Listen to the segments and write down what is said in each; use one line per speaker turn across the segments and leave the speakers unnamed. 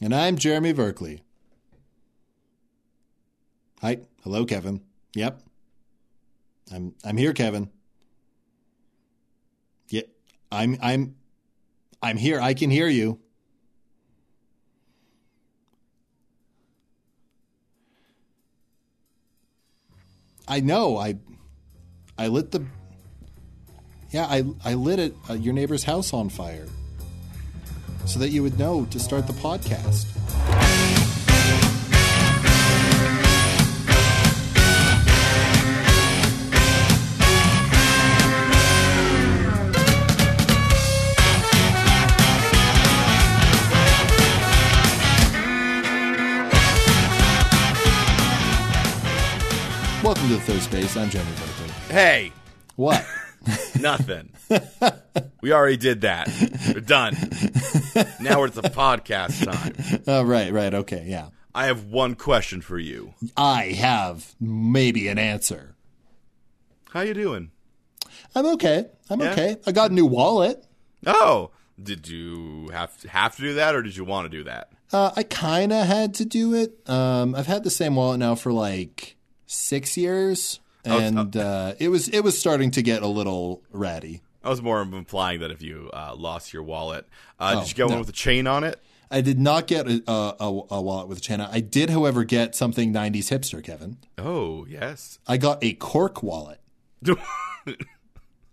And I'm Jeremy Verkley. Hi. Hello, Kevin. Yep. I'm I'm here, Kevin. Yeah, I'm I'm I'm here. I can hear you. I know. I I lit the Yeah, I I lit it uh, your neighbor's house on fire so that you would know to start the podcast. Welcome to the Third Space. I'm Jeremy Berkeley.
Hey,
What?
nothing. we already did that. We're done. Now it's a podcast time.
oh, right, right. Okay, yeah.
I have one question for you.
I have maybe an answer.
How you doing?
I'm okay. I'm
Yeah?
okay. I got a new wallet.
Oh, did you have to, have to do that, or did you want to do that?
Uh, I kind of had to do it. Um, I've had the same wallet now for like six years, and uh, it was it was starting to get a little ratty.
I was more implying that if you uh, lost your wallet, uh,
Oh,
did you get
no.
one with a chain on it?
I did not get a, a, a, a wallet with a chain. I did, however, get something '90s hipster, Kevin.
Oh, yes.
I got a cork wallet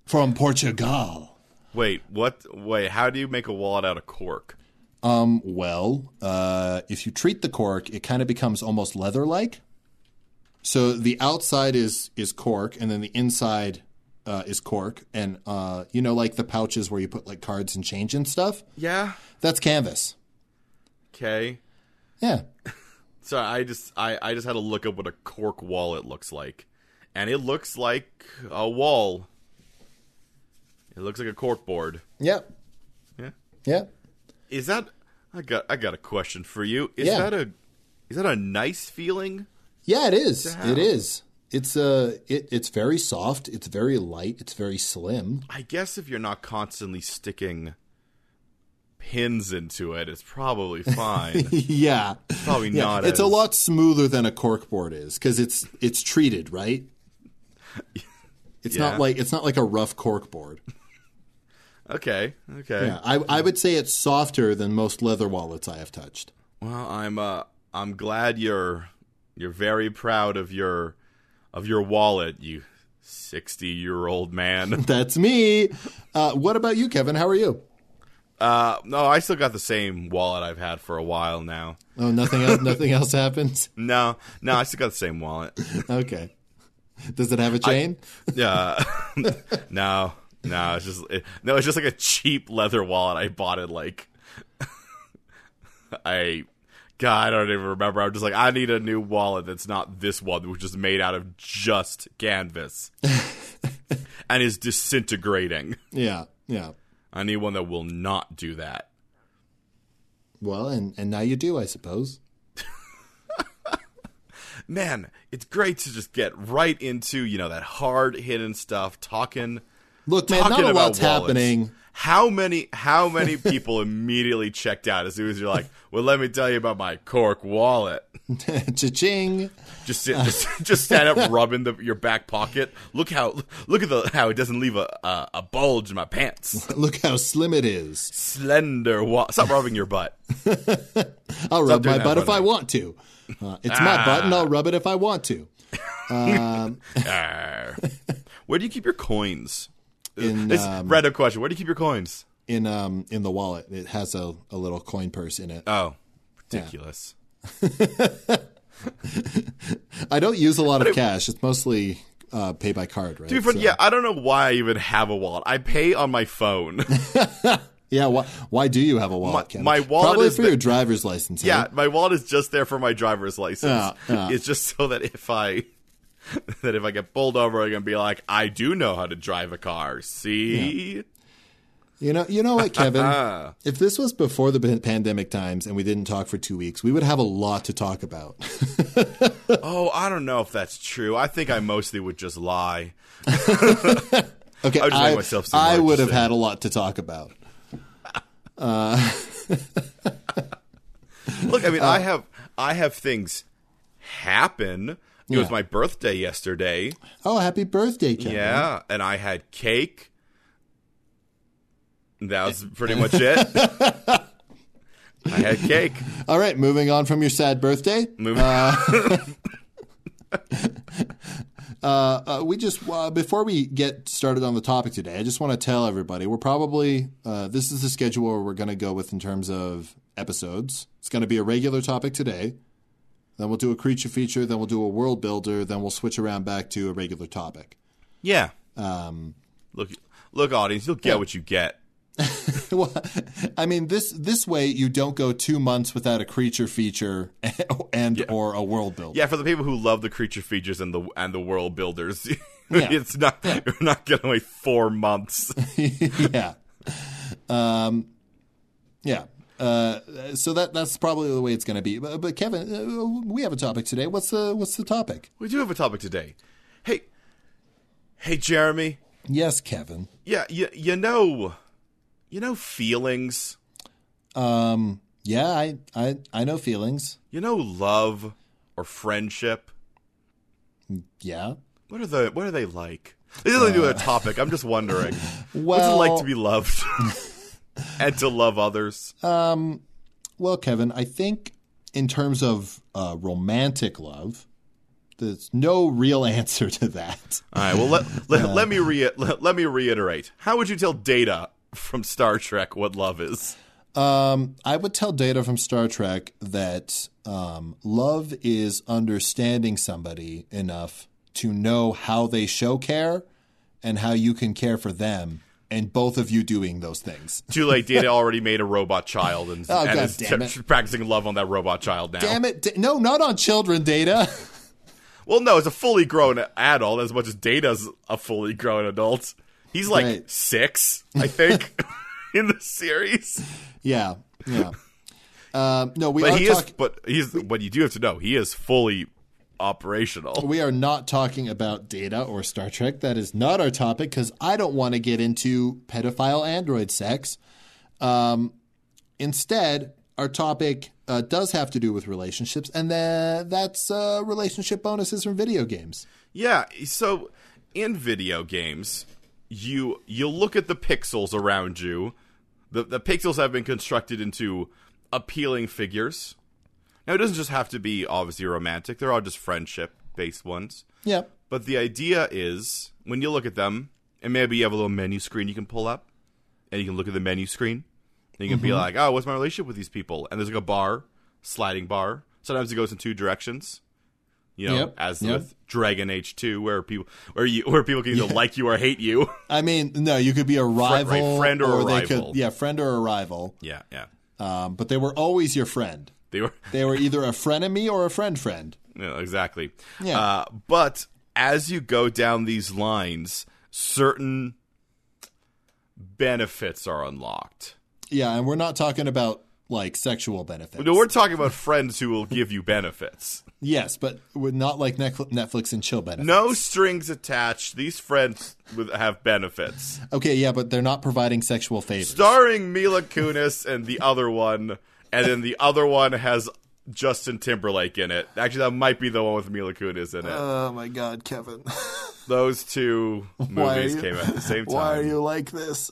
from Portugal.
Wait, what? Wait, how do you make a wallet out of cork?
Um, well, uh, if you treat the cork, it kind of becomes almost leather-like. So the outside is is cork, and then the inside uh, is cork, and uh, you know, like the pouches where you put like cards and change and stuff.
Yeah.
That's canvas.
Okay.
Yeah,
So I just I, I just had to look up what a cork wallet looks like, and it looks like a wall. It looks like a cork board.
yep,
Yeah.
yep.
Is that I got I got a question for you. Is
Yeah.
that a is that a nice feeling?
Yeah, it is.
Wow.
It is. It's uh, it, it's very soft. It's very light. It's very slim.
I guess if you're not constantly sticking pins into it, it's probably fine.
yeah,
probably
yeah.
not.
it's a
as-
lot smoother than a cork board is because it's it's treated right. It's
Yeah.
not like it's not like a rough cork board.
Okay. Okay.
Yeah, I I would say it's softer than most leather wallets I have touched.
Well, I'm uh I'm glad you're you're very proud of your of your wallet, you 60-year-old man.
That's me. Uh, what about you, Kevin? How are you?
uh no, I still got the same wallet I've had for a while now.
Oh, nothing else. nothing else happens.
No, no, I still got the same wallet.
Okay. Does it have a chain?
Yeah. no. No, it's just it, no, it's just like a cheap leather wallet I bought it like I God, I don't even remember. I'm just like, I need a new wallet that's not this one, which is made out of just canvas and is disintegrating.
yeah. Yeah.
I need one that will not do that.
Well, and and now you do, I suppose.
Man, it's great to just get right into, you know, that hard hidden stuff, talking
Look, man, not
talking
a
about
lot's
wallets.
happening.
How many how many people immediately checked out as soon as you're like, well, let me tell you about my cork wallet.
Cha-ching.
Just sit, just just stand up, rubbing the, your back pocket. Look how look at the how it doesn't leave a a, a bulge in my pants.
Look how slim it is.
Slender wallet. Stop rubbing your butt.
I'll rub
doing
my
that, Ah.
butt if
buddy.
I want to. Uh, it's my butt, and I'll rub it if I want to.
Arr. Where do you keep your coins?
In,
this
um,
random question. Where do you keep your coins?
In um in the wallet, it has a, a little coin purse in it.
Oh, ridiculous.
I don't use a lot of cash. It's mostly uh, pay by card, right?
Dude, but
So-
yeah, I don't know why I even have a wallet. I pay on my phone.
yeah. Why, why do you have a wallet?
My-
Kevin?
my wallet
probably
is
for
the-
your driver's license.
Yeah,
huh?
my wallet is just there for my driver's license.
Yeah, yeah.
It's just so that if I that if I get pulled over, I can be like, I do know how to drive a car. See,
You know, you know what,
Uh-huh.
Kevin? if this was before the pan- pandemic times and we didn't talk for two weeks, we would have a lot to talk about.
oh, I don't know if that's true. I think I mostly would just lie.
Okay,
I would just make
I-
myself seem
I
more
would have
interesting.
had a lot to talk about.
look, I mean, I have I have things happen. It was
Yeah.
my birthday yesterday.
Oh, happy birthday, Kevin.
Yeah, and I had cake. That
Eh.
was pretty much it. I had cake.
All right, moving on from your sad birthday.
Moving-
Uh, we just uh, before we get started on the topic today, I just want to tell everybody we're probably uh, this is the schedule we're going to go with in terms of episodes. It's going to be a regular topic today. Then we'll do a creature feature. Then we'll do a world builder. Then we'll switch around back to a regular topic.
yeah. Um, look, look, audience, you'll get what you get.
well, I mean this this way you don't go two months without a creature feature and or a world builder.
Yeah, for the people who love the creature features and the and the world builders,
Yeah.
it's not you're not gonna wait four months.
yeah. Um, yeah. Uh, so that that's probably the way it's going to be. But, but Kevin, uh, we have a topic today. What's the what's the topic?
we do have a topic today. Hey, hey, Jeremy.
Yes, Kevin.
Yeah, you you know, you know feelings.
Um, Yeah, I I I know feelings.
You know love or friendship.
Yeah.
What are the what are they like? This doesn't do with a topic. I'm just wondering. What's it
Uh. Well,
like to be loved and to love others?
um, well, Kevin, I think in terms of uh, romantic love, there's no real answer to that.
All right. Well, let let, let me re- let, let me reiterate. How would you tell Data from Star Trek what love is?
Um, I would tell Data from Star Trek that um, love is understanding somebody enough to know how they show care and how you can care for them, and both of you doing those things.
Too late. Data already made a robot child and,
Oh,
and
God
is
damn
t- practicing love on that robot child now.
Damn it! Da- no, not on children, Data.
Well, no, it's a fully grown adult as much as Data's a fully grown adult. He's like
Right.
six, I think, in the series.
yeah, yeah. Um, no, we
But
are
he is.
talking.
But he's. What you do have to know, he is fully operational.
We are not talking about data or Star Trek. That is not our topic because I don't want to get into pedophile android sex. Um, instead, our topic uh, does have to do with relationships, and then that's uh, relationship bonuses from video games.
Yeah, so in video games, you you look at the pixels around you. The the pixels have been constructed into appealing figures. Now it doesn't just have to be obviously romantic. There are just friendship based ones.
Yeah,
But the idea is when you look at them, and maybe you have a little menu screen you can pull up, and you can look at the menu screen, and you can
Mm-hmm.
be like, oh, what's my relationship with these people? And there's like a bar, sliding bar. Sometimes it goes in two directions. You know,
Yep,
as
yep.
with Dragon Age two, where people where you where people can either like you or hate you.
I mean, no, you could be a rival,
friend or a
they
rival.
Could, yeah, friend or a rival,
yeah, yeah.
um, but they were always your friend.
They were
They were either a frenemy or a friend friend.
Yeah, exactly.
Yeah.
Uh, but as you go down these lines, certain benefits are unlocked.
Yeah, and we're not talking about like sexual benefits.
No, we're talking about friends who will give you benefits.
Yes, but we're not like Nec- Netflix and chill benefits.
No strings attached. These friends with, have benefits.
Okay, yeah, but they're not providing sexual favors.
Starring Mila Kunis and the other one, and then the other one has Justin Timberlake in it. Actually, that might be the one with Mila Kunis in it.
Oh my God, Kevin!
Those two movies came out at the same time.
like this?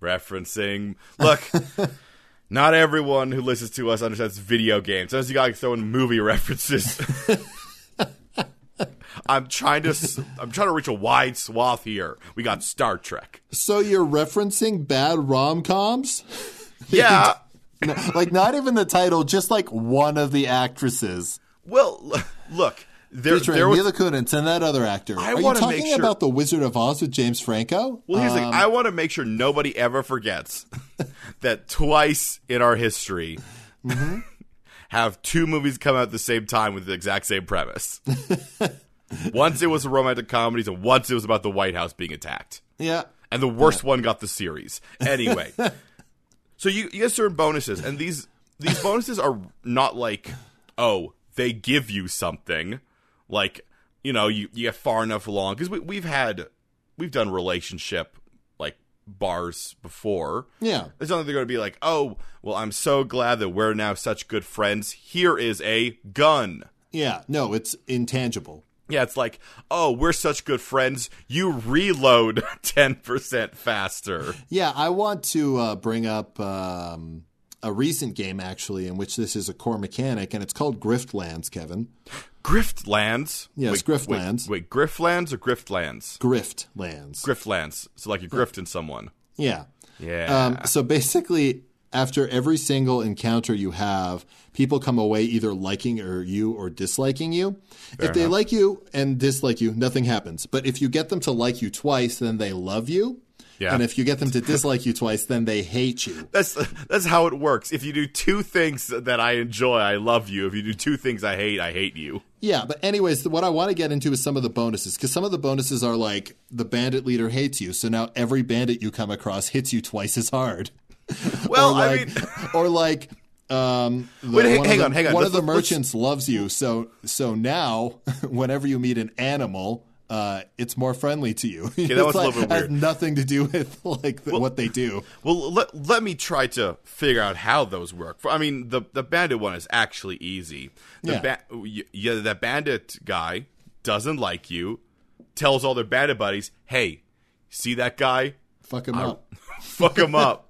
referencing. Look, not everyone who listens to us understands video games. Sometimes you gotta throw in movie references. I'm trying to s- I'm trying to reach a wide swath here. We got Star Trek.
So you're referencing bad rom coms?
Yeah.
like not even the title, just like one of the actresses
Well, l- look, there
featuring
there was
Mila Kunis and that other actor. Are you
wanna
talking
make sure-
about the Wizard of Oz with James Franco?
Well, here's the thing. I want to make sure nobody ever forgets that twice in our history have two movies come out at the same time with the exact same premise. once it was a romantic comedy, and once it was about the White House being attacked.
yeah,
And the worst one got the series. Anyway, so you, you get certain bonuses, and these these bonuses are not like oh they give you something, like you know you you get far enough along because we we've had we've done relationship like bars before.
Yeah.
It's not like they're going to be like, oh, well, I'm so glad that we're now such good friends. Here is a gun.
Yeah. No, it's intangible.
Yeah, it's like, oh, we're such good friends. You reload 10% faster.
Yeah, I want to uh, bring up um, a recent game actually in which this is a core mechanic, and it's called Griftlands, Kevin.
Griftlands?
Yes,
Wait,
Griftlands.
Wait, wait, Griftlands or Griftlands?
Griftlands.
Griftlands. So, like, you're grifting someone.
yeah.
Yeah.
Um, so basically, after every single encounter you have, people come away either liking or you or disliking you. if they like you and dislike you, nothing happens. But if you get them to like you twice, then they love you.
Yeah.
And if you get them to dislike you twice, then they hate you.
that's that's how it works. If you do two things that I enjoy, I love you. If you do two things I hate, I hate you.
Yeah, but anyways, what I want to get into is some of the bonuses because some of the bonuses are like the bandit leader hates you, so now every bandit you come across hits you twice as hard.
Well,
or like,
Oh, I mean,
or like, um, the,
Wait, hang-
one of
hang
the-
on, hang on.
One
Let's-
of the
let's-
merchants loves you, so so now whenever you meet an animal, uh, it's more friendly to you. Okay,
that was a little bit
Has
weird.
nothing to do with like the, what they do.
well, let, let me try to figure out how those work. For- I mean, the the bandit one is actually easy. The
Yeah.
ba- y- yeah, the bandit guy doesn't like you. Tells all their bandit buddies, "Hey, see that guy?
Fuck him up.
Fuck him up.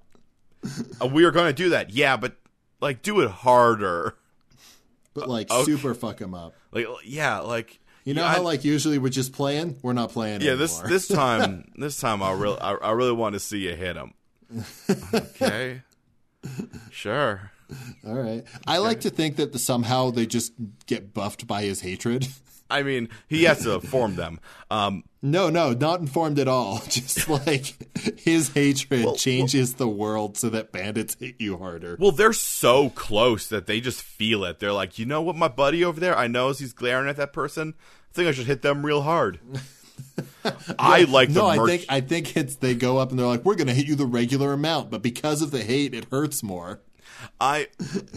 Uh, we are going to do that. Yeah, but like, do it harder.
But like super fuck him up.
Like, yeah, like."
You know
yeah,
how
I-
like usually we're just playing? We're not playing
Yeah,
anymore.
this this time this time I really I, I really want to see you hit him. Okay, sure.
All right. I like to think that the, somehow they just get buffed by his hatred.
I mean, he has to form them. Um,
No, no, not informed at all. Just like his hatred changes the world so that bandits hit you harder.
well, they're so close that they just feel it. They're like, you know what, my buddy over there, I know he's glaring at that person. I think I should hit them real hard. I like the
no, I
merch-
think I think it's they go up and they're like, "We're going to hit you the regular amount, but because of the hate, it hurts more."
I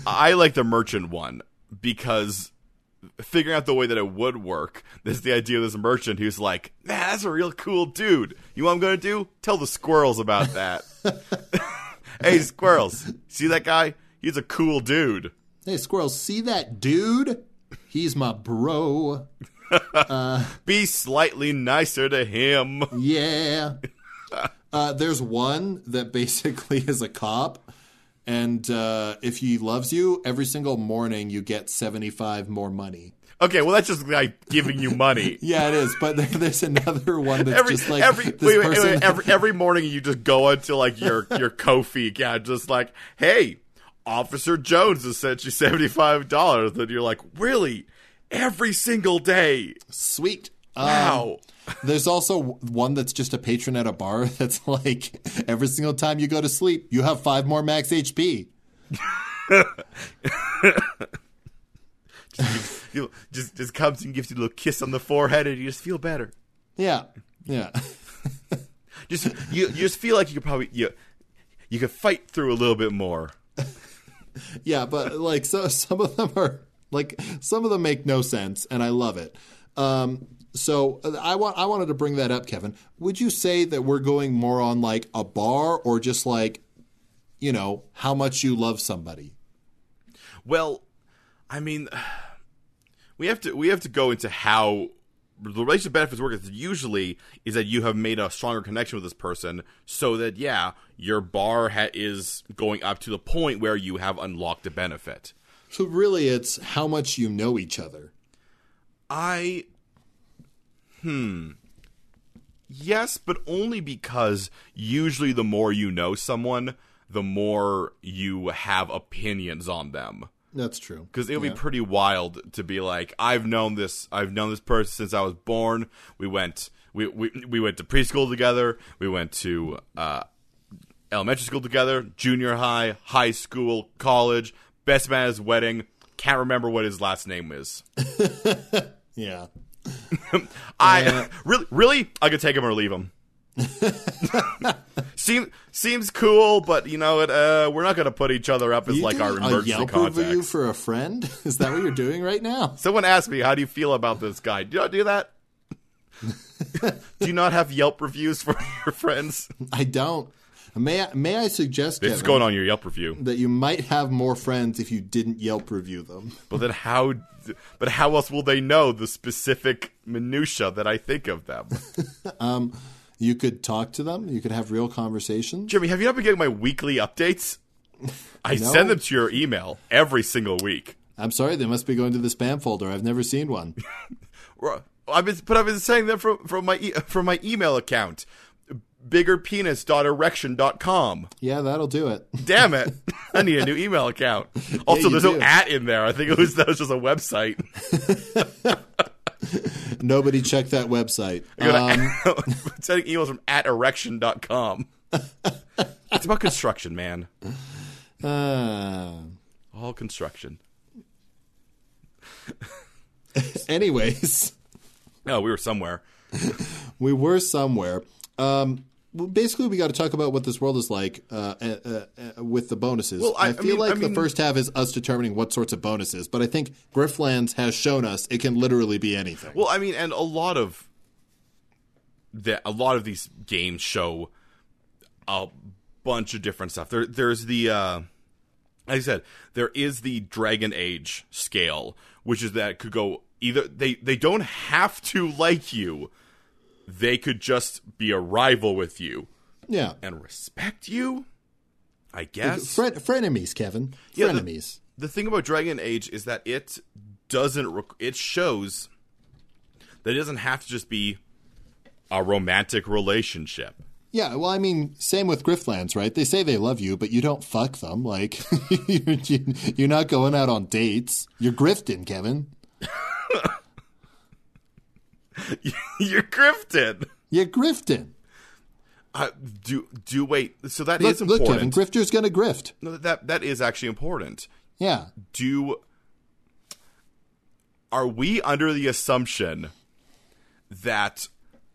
I like the merchant one because figuring out the way that it would work. This is the idea of this merchant who's like, man, that's a real cool dude. You know what I'm gonna do? Tell the squirrels about that. hey squirrels, see that guy? He's a cool dude.
Hey, squirrels, see that dude? He's my bro.
Be slightly nicer to him.
Yeah. Uh, there's one that basically is a cop, and uh, if he loves you, every single morning you get 75 more money.
Okay, well that's just like giving you money.
Yeah, it is. But there, there's another one that's
Every
just like
every,
this
wait, wait, wait,
person.
wait, every every morning you just go into like your your Kofi account, just like, hey, Officer Jones has sent you seventy five dollars, and you're like, really, every single day?
Sweet. Um,
Wow.
there's also one that's just a patron at a bar that's like every single time you go to sleep, you have five more max HP.
You- just just comes and gives you a little kiss on the forehead, and you just feel better.
Yeah, yeah,
Just you, you just feel like you could probably you you could fight through a little bit more.
yeah. But like, so some of them are like some of them make no sense, and I love it. Um, so uh, I want I wanted to bring that up, Kevin. Would you say that we're going more on like a bar or just like, you know, how much you love somebody?
Well, I mean, we have to we have to go into how the relationship benefits work. Is usually is that you have made a stronger connection with this person, so that yeah, your bar ha- is going up to the point where you have unlocked a benefit.
So really, it's how much you know each other.
I hmm. Yes, but only because usually the more you know someone, the more you have opinions on them.
That's true.
because it would be pretty wild to be like i've known this i've known this person since i was born we went we we, we went to preschool together we went to uh, elementary school together junior high high school college best man at his wedding can't remember what his last name is
Yeah.
i really really i could take him or leave him Seem, seems cool, but you know what? Uh, we're not going to put each other up as
You
like
doing
our
a
emergency
Yelp
contacts.
review for a friend? Is that what you're doing right now?
Someone asked me, "How do you feel about this guy?" Do I do that? Do you not have Yelp reviews for your friends?
I don't. May I, may I suggest
This is
Kevin,
going on your Yelp review.
that you might have more friends if you didn't Yelp review them.
But then how? But how else will they know the specific minutia that I think of them?
You could talk to them. You could have real conversations.
Jeremy, have you not been getting my weekly updates? I send them to your email every single week.
I'm sorry, they must be going to the spam folder. I've never seen one.
Ru- I've been, but I've been saying them from from my e- from my email account, biggerpenis.erection.com.
Yeah, that'll do it.
Damn it! I need a new email account. Also,
you
there's
do.
no at in there. I think it was that was just a website.
Nobody checked that website. Um,
I got a- sending emails from at erection.com. it's about construction, man.
Uh,
All construction.
anyways,
No, we were somewhere.
we were somewhere. Um, well, basically, we got to talk about what this world is like uh, uh, uh, with the bonuses.
Well, I- I
feel
mean-
like
I mean-
the first half is us determining what sorts of bonuses, but I think Grifflands has shown us it can literally be anything.
Well, I mean, and a lot of that, a lot of these games show a bunch of different stuff. There, there's the, uh, like I said, there is the Dragon Age scale, which is that could go either they they don't have to like you, they could just be a rival with you
yeah,
and respect you. I guess
Fren- frenemies, Kevin.
Yeah, the-
frenemies.
the thing about Dragon Age is that it doesn't rec- it shows that it doesn't have to just be a romantic relationship.
Yeah, well, I mean, same with Grifflands, right? They say they love you, but you don't fuck them. Like, you're, you're not going out on dates. You're grifting, Kevin.
You're grifted.
You're grifting.
Uh, do do wait. So that is
Look, look Kevin,
important.
grifter's going to grift.
no, that that is actually important.
Yeah.
Do are we under the assumption that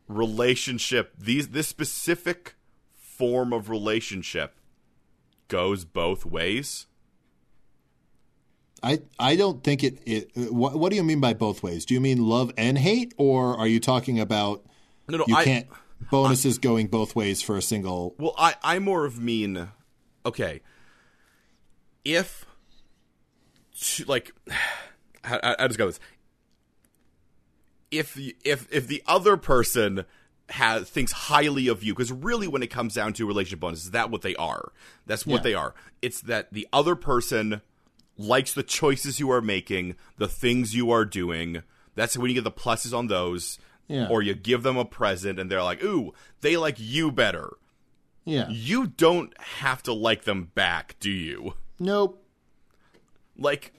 relationship these this specific form of relationship goes both ways?
I, I don't think it. it what, what do you mean by both ways? Do you mean love and hate, or are you talking about
No, no,
you
I,
can't bonuses going both ways for a single?
Well, I I more of mean okay. If to, like I, I- I just got this. If y- if if the other person has thinks highly of you, because really when it comes down to relationship bonuses, is that what they are? That's what
Yeah.
they are. It's that the other person likes the choices you are making, the things you are doing. That's when you get the pluses on those.
Yeah.
Or you give them a present and they're like, ooh, they like you better
Yeah.
you don't have to like them back, do you?
Nope.
Like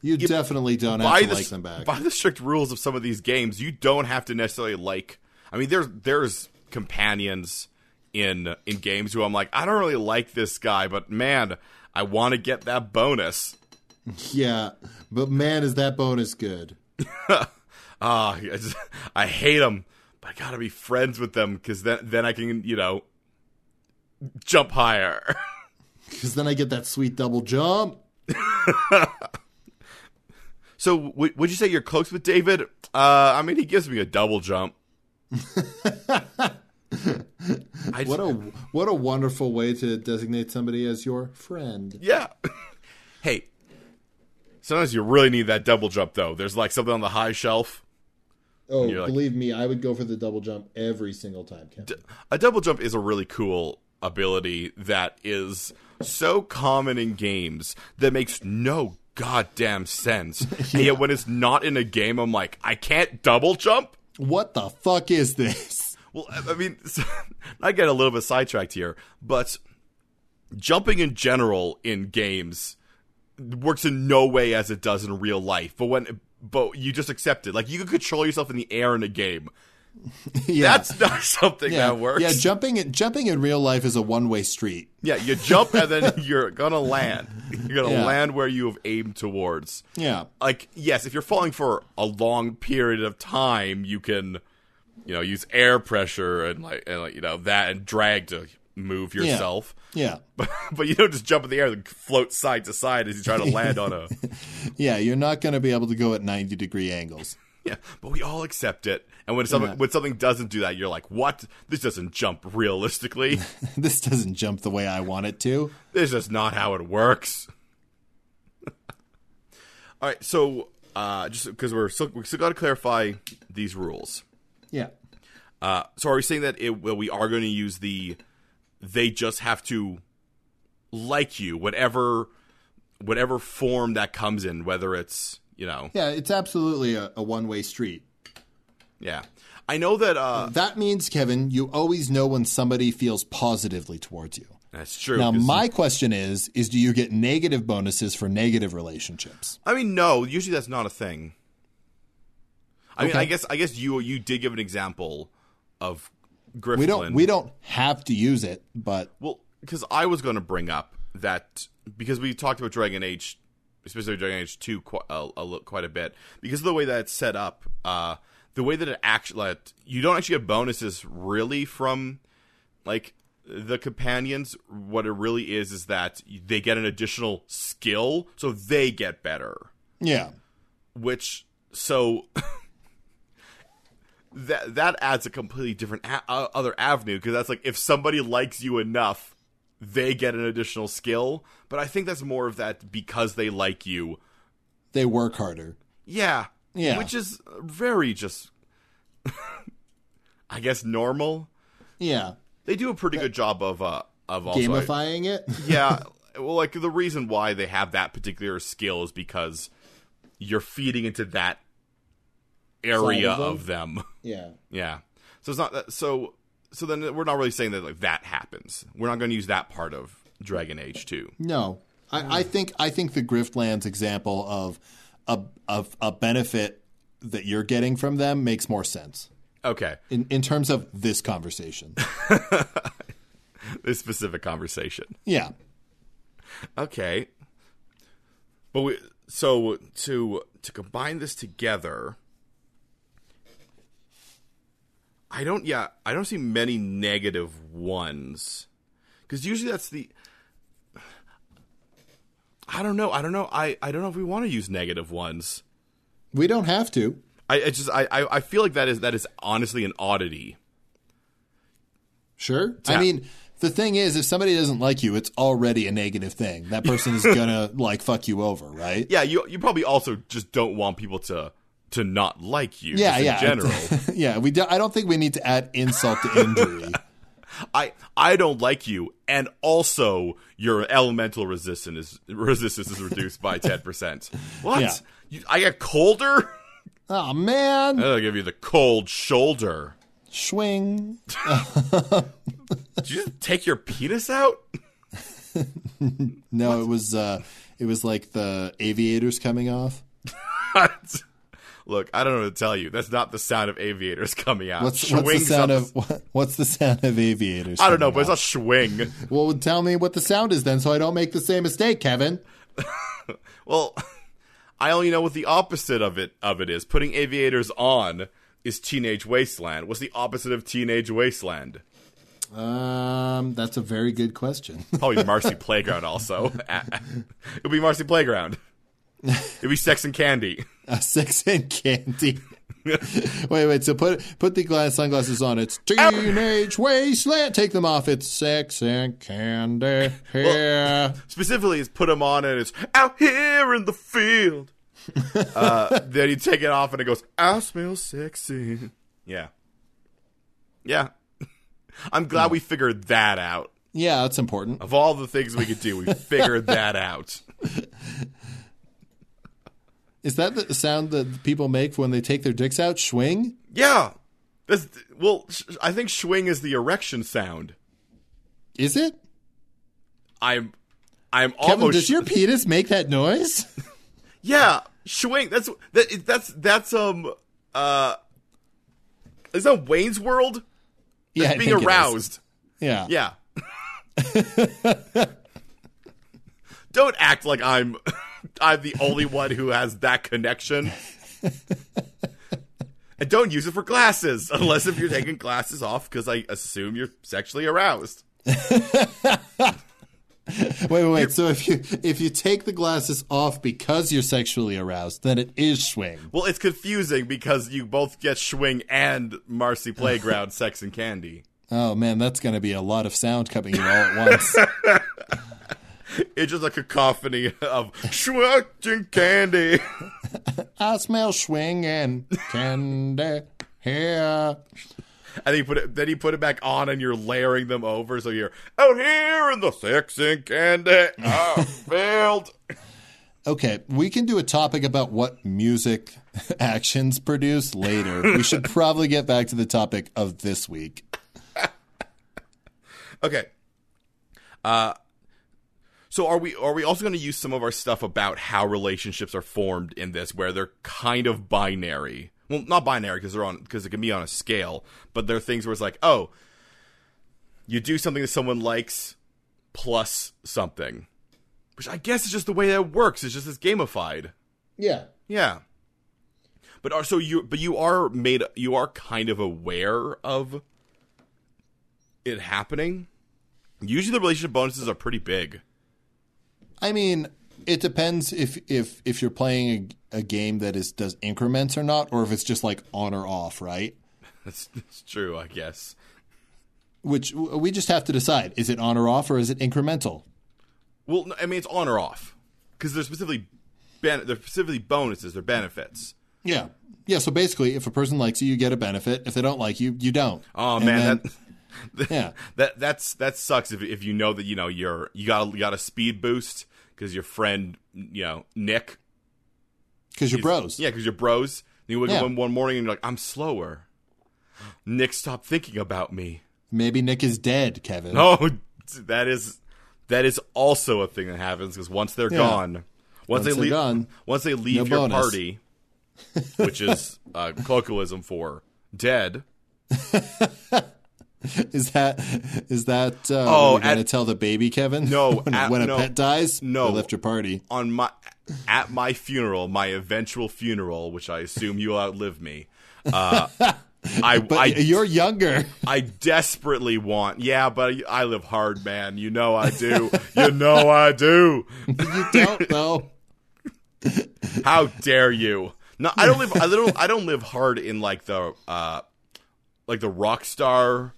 You definitely don't have
by
to
the
like them back.
by the strict rules of some of these games, you don't have to necessarily like. I mean, there's there's companions in in games who I'm like, I don't really like this guy, but man, I want to get that bonus.
yeah. But man, is that bonus good?
Ah, I, just- I hate them, but I gotta be friends with them because then then I can you know jump higher.
Because then I get that sweet double jump.
so w- would you say you're close with David? Uh, I mean, he gives me a double jump. I
What a what a wonderful way to designate somebody as your friend.
Yeah. hey, sometimes you really need that double jump though. There's like something on the high shelf.
Oh,
You're like-
believe me, I would go for the double jump every single time, Kevin.
A double jump is a really cool ability that is so common in games that makes no goddamn sense. And yet when it's not in a game, I'm like, I can't double jump.
what the fuck is this?
Well, I I mean, I get a little bit sidetracked here, but jumping in general in games works in no way as it does in real life. But when, but you just accept it. Like you can control yourself in the air in a game.
yeah.
That's not something
yeah.
that works.
Yeah, jumping jumping in real life is a one way street.
Yeah, you jump and then you're gonna land. You're gonna
Yeah.
land where you have aimed towards.
Yeah.
Like, yes, if you're falling for a long period of time, you can, you know, use air pressure and like, and like you know that and drag to move yourself.
Yeah.
But, but you don't just jump in the air and float side to side as you try to land on a.
Yeah, you're not gonna be able to go at ninety degree angles.
Yeah, but we all accept it. And when something
Yeah.
when something doesn't do that, you're like, "What? This doesn't jump realistically.
this doesn't jump the way I want it to.
this is not how it works." all right, so uh, just because we're still, we still got to clarify these rules.
Yeah.
Uh, so are we saying that it, well, we are going to use the they just have to like you, whatever whatever form that comes in, whether it's you know,
Yeah, it's absolutely a, a one way street.
yeah. I know that uh,
That means, Kevin, you always know when somebody feels positively towards you.
that's true.
Now,
'cause-
my question is: Is do you get negative bonuses for negative relationships?
I mean, no. Usually, that's not a thing. I mean,
Okay.
I guess I guess you you did give an example of Griffin.
We don't. We don't have to use it, but
Well, because I was going to bring up that because we talked about Dragon Age, especially Dragon Age Two, quite a, a, lo- quite a bit because of the way that it's set up, uh, the way that it actually that you don't actually get bonuses really from like the companions. What it really is is that they get an additional skill, so they get better
yeah,
which so that that adds a completely different a- uh, other avenue because that's like if somebody likes you enough they get an additional skill but i think that's more of that because they like you
they work harder.
yeah
Yeah.
which is very just i guess normal
Yeah,
they do a pretty good job of uh of also
gamifying it.
yeah well like the reason why they have that particular skill is because you're feeding into that area
Side
of
of
them
yeah,
yeah so it's not that so so then we're not really saying that like that happens we're not going to use that part of dragon age 2
no, I, I think I think the Griftlands example of a of a benefit that you're getting from them makes more sense
okay
in in terms of this conversation.
this specific conversation
yeah,
okay but we, so to to combine this together i don't yeah i don't see many negative ones because usually that's the i don't know i don't know i i don't know if we want to use negative ones
we don't have to.
i, I just I, I i feel like that is that is honestly an oddity
Sure. I mean, the thing is, if somebody doesn't like you, it's already a negative thing. That person is gonna like fuck you over, right?
yeah you you probably also just don't want people to to not like you
Yeah,
just in
yeah.
general
yeah, we. Do, I don't think we need to add insult to injury.
I I don't like you, and also your elemental resistance is resistance is reduced by ten percent. What?
Yeah.
You, I get colder?
oh man,
I'll give you the cold shoulder.
swing.
Did you just take your penis out?
No, it was. Uh, it was like the aviators coming off.
Look, I don't know what to tell you. That's not the sound of aviators coming out.
What's, what's the
Schwing's
sound
not
of what, what's the sound of aviators?
I don't know, but
coming
it's
off?
not swing.
well, tell me what the sound is then, so I don't make the same mistake, Kevin.
Well, I only know what the opposite of it of it is. Putting aviators on is teenage wasteland. What's the opposite of teenage wasteland?
Um, that's a very good question.
Probably Marcy Playground also. It'll be Marcy Playground. It'll be Sex and Candy.
A six and candy. wait, wait. So put put the glass sunglasses on. It's teenage wasteland. Take them off. It's sex and candy. Here.
Specifically, it's put them on and it's out here in the field. uh, then you take it off and it goes, I smell sexy. Yeah. Yeah. I'm glad we figured that out.
yeah, that's important.
Of all the things we could do, we figured that out.
Is that the sound that people make when they take their dicks out? Swing.
Yeah. That's, well, sh- I think swing is the erection sound.
Is it?
I'm, I'm
Kevin,
almost.
does your penis make that noise?
Yeah, swing. That's that. That's that's um uh. Is that Wayne's World?
yeah, I
Being
think it is.
aroused.
Yeah.
Yeah. Don't act like I'm I'm the only one who has that connection. and don't use it for glasses unless if you're taking glasses off because I assume you're sexually aroused.
Wait, wait, wait. So if you if you take the glasses off because you're sexually aroused, then it is swing.
Well, it's confusing because you both get Schwing and Marcy Playground, Sex and Candy.
Oh man, that's going to be a lot of sound coming in all at once.
It's just a cacophony of Schwing and Candy.
I smell swing and candy here.
And he put it, then he put it back on, and you're layering them over, so you're out here in the Sex and Candy outfield.
Okay, we can do a topic about what music actions produce later. we should probably get back to the topic of this week.
Okay. Uh so are we are we also going to use some of our stuff about how relationships are formed in this where they're kind of binary. Well, not binary because they're on because it can be on a scale, but there are things where it's like, "Oh, you do something that someone likes plus something." Which I guess is just the way that it works. It's just it's gamified.
Yeah.
Yeah. But are so you but you are made you are kind of aware of it happening. Usually the relationship bonuses are pretty big.
I mean, it depends if if if you're playing a, a game that is does increments or not, or if it's just like on or off, right?
That's, that's true, I guess.
Which w- we just have to decide: is it on or off, or is it incremental?
Well, no, I mean it's on or off because they're specifically ben- they're specifically bonuses, they're benefits.
Yeah, yeah. So basically, if a person likes you, you get a benefit. If they don't like you, you don't.
Oh
And
man,
then-
that,
yeah.
that that's that sucks if if you know that you know you're you got you got a speed boost because your friend you know Nick
because you're bros.
Yeah, because you're bros. And you wake
Yeah.
up one, one morning and you're like, I'm slower. Nick, stop thinking about me.
Maybe Nick is dead, Kevin.
Oh, that is that is also a thing that happens because once they're
Yeah.
gone, once, they
they're
leave,
gone,
once they leave
no
your
bonus.
party, which is uh, colloquialism for dead.
Is that is that? Uh,
Oh,
oh, going to
at-
tell the baby, Kevin?
No,
when,
at-
when a
no.
pet dies,
No.
they left your party.
on my at my funeral, my eventual funeral, which I assume you'll outlive me. Uh, I,
But
I
you're younger.
I desperately want. Yeah, but I live hard, man. You know I do. You know I do.
you don't though.
How dare you? No, I don't live. I don't. I don't live hard in like the uh, like the rock star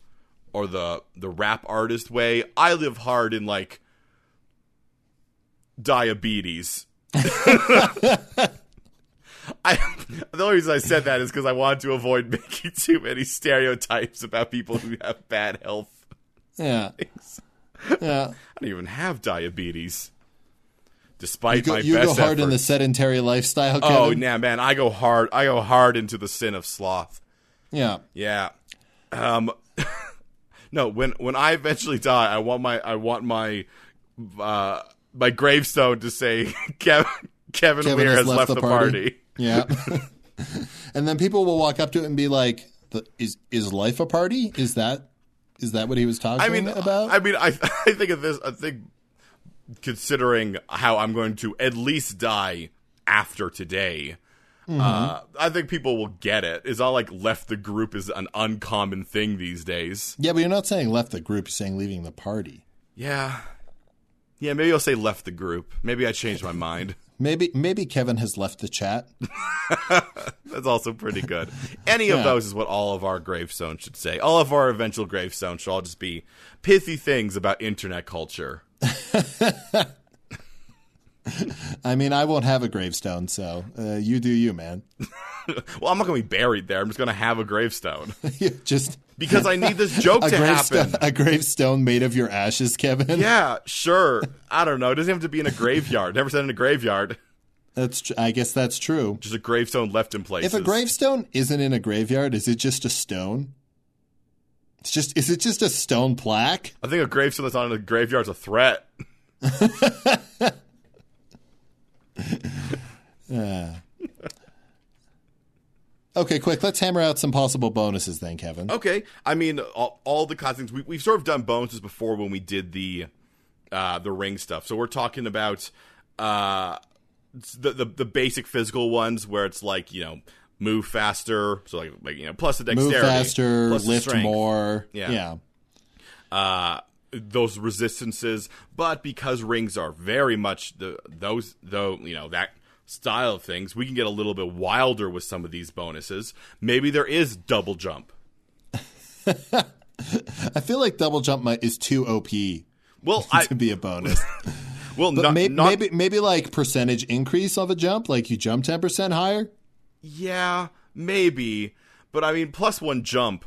or the the rap artist way. I live hard in like diabetes. I the only reason I said that is because I wanted to avoid making too many stereotypes about people who have bad health.
Yeah, yeah.
I don't even have diabetes, despite
You go,
my
you
best
go hard in the
efforts.
sedentary lifestyle, Kevin.
Oh, nah, man, I go hard. I go hard into the sin of sloth.
yeah.
Yeah. Um. no, when when I eventually die, I want my I want my uh my gravestone to say Kevin Kevin,
Kevin
Weir
has
has left,
left the
the
party."
party.
Yeah. and then people will walk up to it and be like, "The- "Is is life a party? Is that is that what he was talking
I mean,
about?"
I mean, I I think of this. I think considering how I'm going to at least die after today,
Mm-hmm.
uh, I think people will get it. It's not like left the group is an uncommon thing these days.
yeah, but you're not saying left the group. You're saying leaving the party.
Yeah, yeah. Maybe I'll say left the group. Maybe I changed my mind.
Maybe maybe Kevin has left the chat.
That's also pretty good. Any
Yeah.
of those is what all of our gravestones should say. All of our eventual gravestones should all just be pithy things about internet culture.
I mean, I won't have a gravestone, so uh, you do you, man.
Well, I'm not going to be buried there. I'm just going to have a gravestone.
You Just
because I need this joke
a
to
gravestone,
happen.
a gravestone made of your ashes, Kevin.
Yeah, sure. I don't know. It doesn't have to be in a graveyard. Never said in a graveyard.
that's. Tr- I guess that's true.
Just a gravestone left in place.
If a gravestone isn't in a graveyard, is it just a stone? It's just. Is it just a stone plaque?
I think a gravestone that's not in a graveyard is a threat.
Okay, quick. Let's hammer out some possible bonuses, then, Kevin.
Okay. I mean, all, all the classic things. We, we've sort of done bonuses before when we did the uh, the ring stuff. So we're talking about uh, the, the the basic physical ones where it's like you know move faster. So like like you know plus the
Move
dexterity,
faster,
plus the
lift
strength.
more.
Yeah.
yeah.
Uh, those resistances, but because rings are very much the those though you know that style of things, we can get a little bit wilder with some of these bonuses. Maybe there is double jump.
I feel like double jump might, is too OP
Well, I
to be a bonus.
well
But
not,
may-
not-
maybe maybe like percentage increase of a jump, like you jump ten percent higher.
yeah maybe, but I mean plus one jump,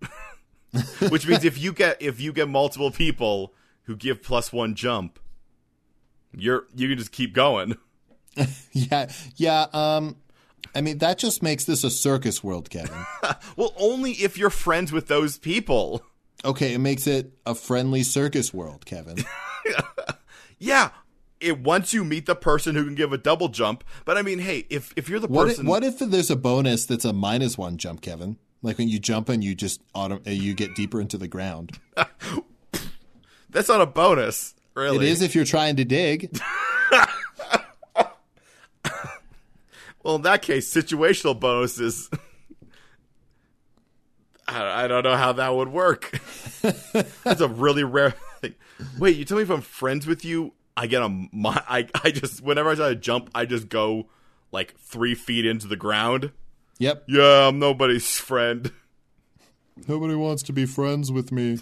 which means if you get if you get multiple people who give plus one jump, you're you can just keep going.
Yeah, yeah. Um, I mean that just makes this a circus world, Kevin.
Well, only if you're friends with those people.
okay, it makes it a friendly circus world, Kevin.
Yeah. It once you meet the person who can give a double jump, but I mean, hey, if if you're the
What if,
person,
what if there's a bonus that's a minus one jump, Kevin? Like when you jump and you just auto, uh, you get deeper into the ground.
that's not a bonus, really.
It is if you're trying to dig.
Well, in that case, situational bonuses. I, I don't know how that would work. that's a really rare thing. Wait, you tell me if I'm friends with you, I get a my, I I just whenever I try to jump, I just go like three feet into the ground.
Yep.
Yeah, I'm nobody's friend,
Nobody wants to be friends with me.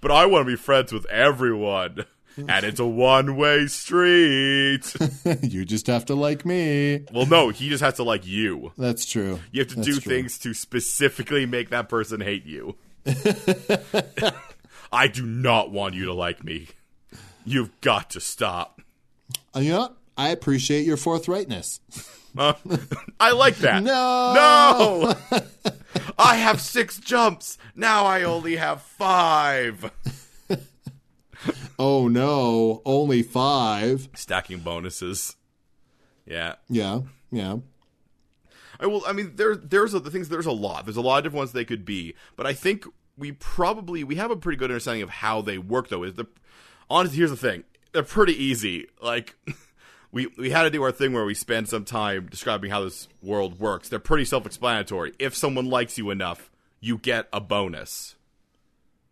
but I want to be friends with everyone. And it's a one way street.
you just have to like me.
Well, no, he just has to like you.
That's true.
You have to
That's
do
true.
things to specifically make that person hate you. I do not want you to like me. You've got to stop.
Uh, you know, what? I appreciate your forthrightness.
Huh? I like that.
No.
No! I have six jumps. Now I only have five.
Oh no, only five.
Stacking bonuses. Yeah.
Yeah, yeah.
I will. I mean, there there's a, the things. There's a lot. There's a lot of different ones they could be, but I think we probably we have a pretty good understanding of how they work. Though is the honestly here's the thing. They're pretty easy. Like we we had to do our thing where we spend some time describing how this world works. They're pretty self-explanatory. If someone likes you enough, you get a bonus.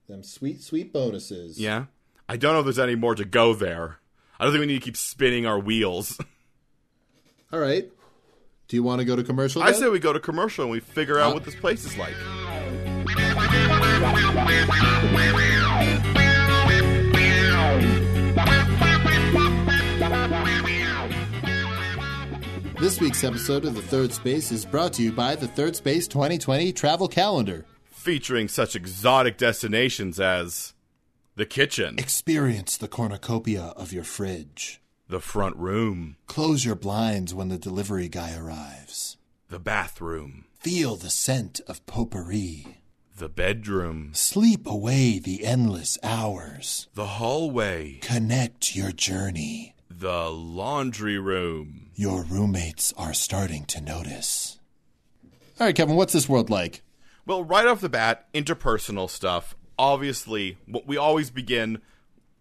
Them sweet, sweet bonuses.
Yeah. I don't know if there's any more to go there. I don't think we need to keep spinning our wheels.
All right. Do you want to go to commercial?
I
then?
say we go to commercial and we figure out what this place is like.
This week's episode of The Third Space is brought to you by the Third Space 2020 Travel Calendar.
featuring such exotic destinations as the kitchen,
Experience the cornucopia of your fridge.
the front room,
Close your blinds when the delivery guy arrives.
the bathroom,
Feel the scent of potpourri.
the bedroom,
Sleep away the endless hours.
the hallway,
Connect your journey.
the laundry room.
Your roommates are starting to notice. All right, Kevin, what's this world like?
Well, right off the bat, interpersonal stuff. Obviously, what we always begin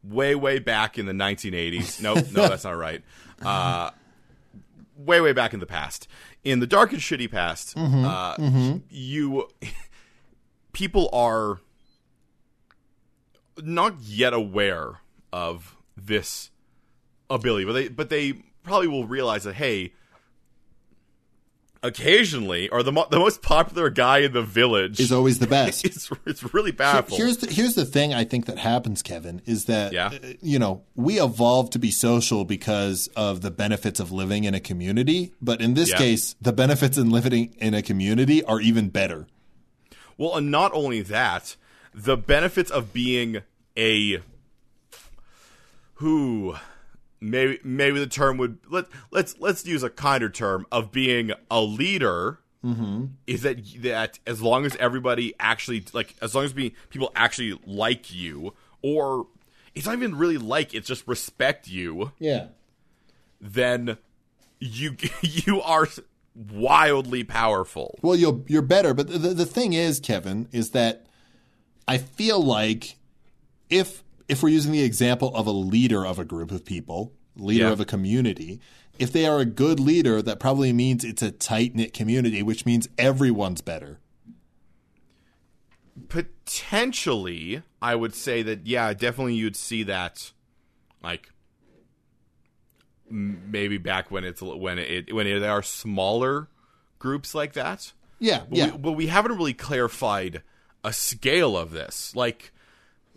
way, way back in the 1980s. No, no, that's not right. Uh, way, way back in the past, in the dark and shitty past, uh, you people are not yet aware of this ability, but they, but they probably will realize that hey. Occasionally, or the mo- the most popular guy in the village
Is always the best.
it's it's really baffling.
Here's the, here's the thing I think that happens, Kevin, is that
Yeah.
uh, you know we evolved to be social because of the benefits of living in a community, but in this
Yeah.
case, the benefits in living in a community are even better.
well, and not only that, the benefits of being a who maybe maybe the term would let let's let's use a kinder term of being a leader is that that as long as everybody actually like as long as be, people actually like you or it's not even really like it's just respect you
Yeah.
then you you are wildly powerful
Well, you'll, you're better, but the, the the thing is, Kevin, is that I feel like if if we're using the example of a leader of a group of people, leader
Yeah.
of a community, if they are a good leader, that probably means it's a tight knit community, which means everyone's better.
potentially i would say that yeah definitely you'd see that like m- maybe back when it's when it when it are smaller groups like that
Yeah,
but,
yeah.
we, but we haven't really clarified a scale of this like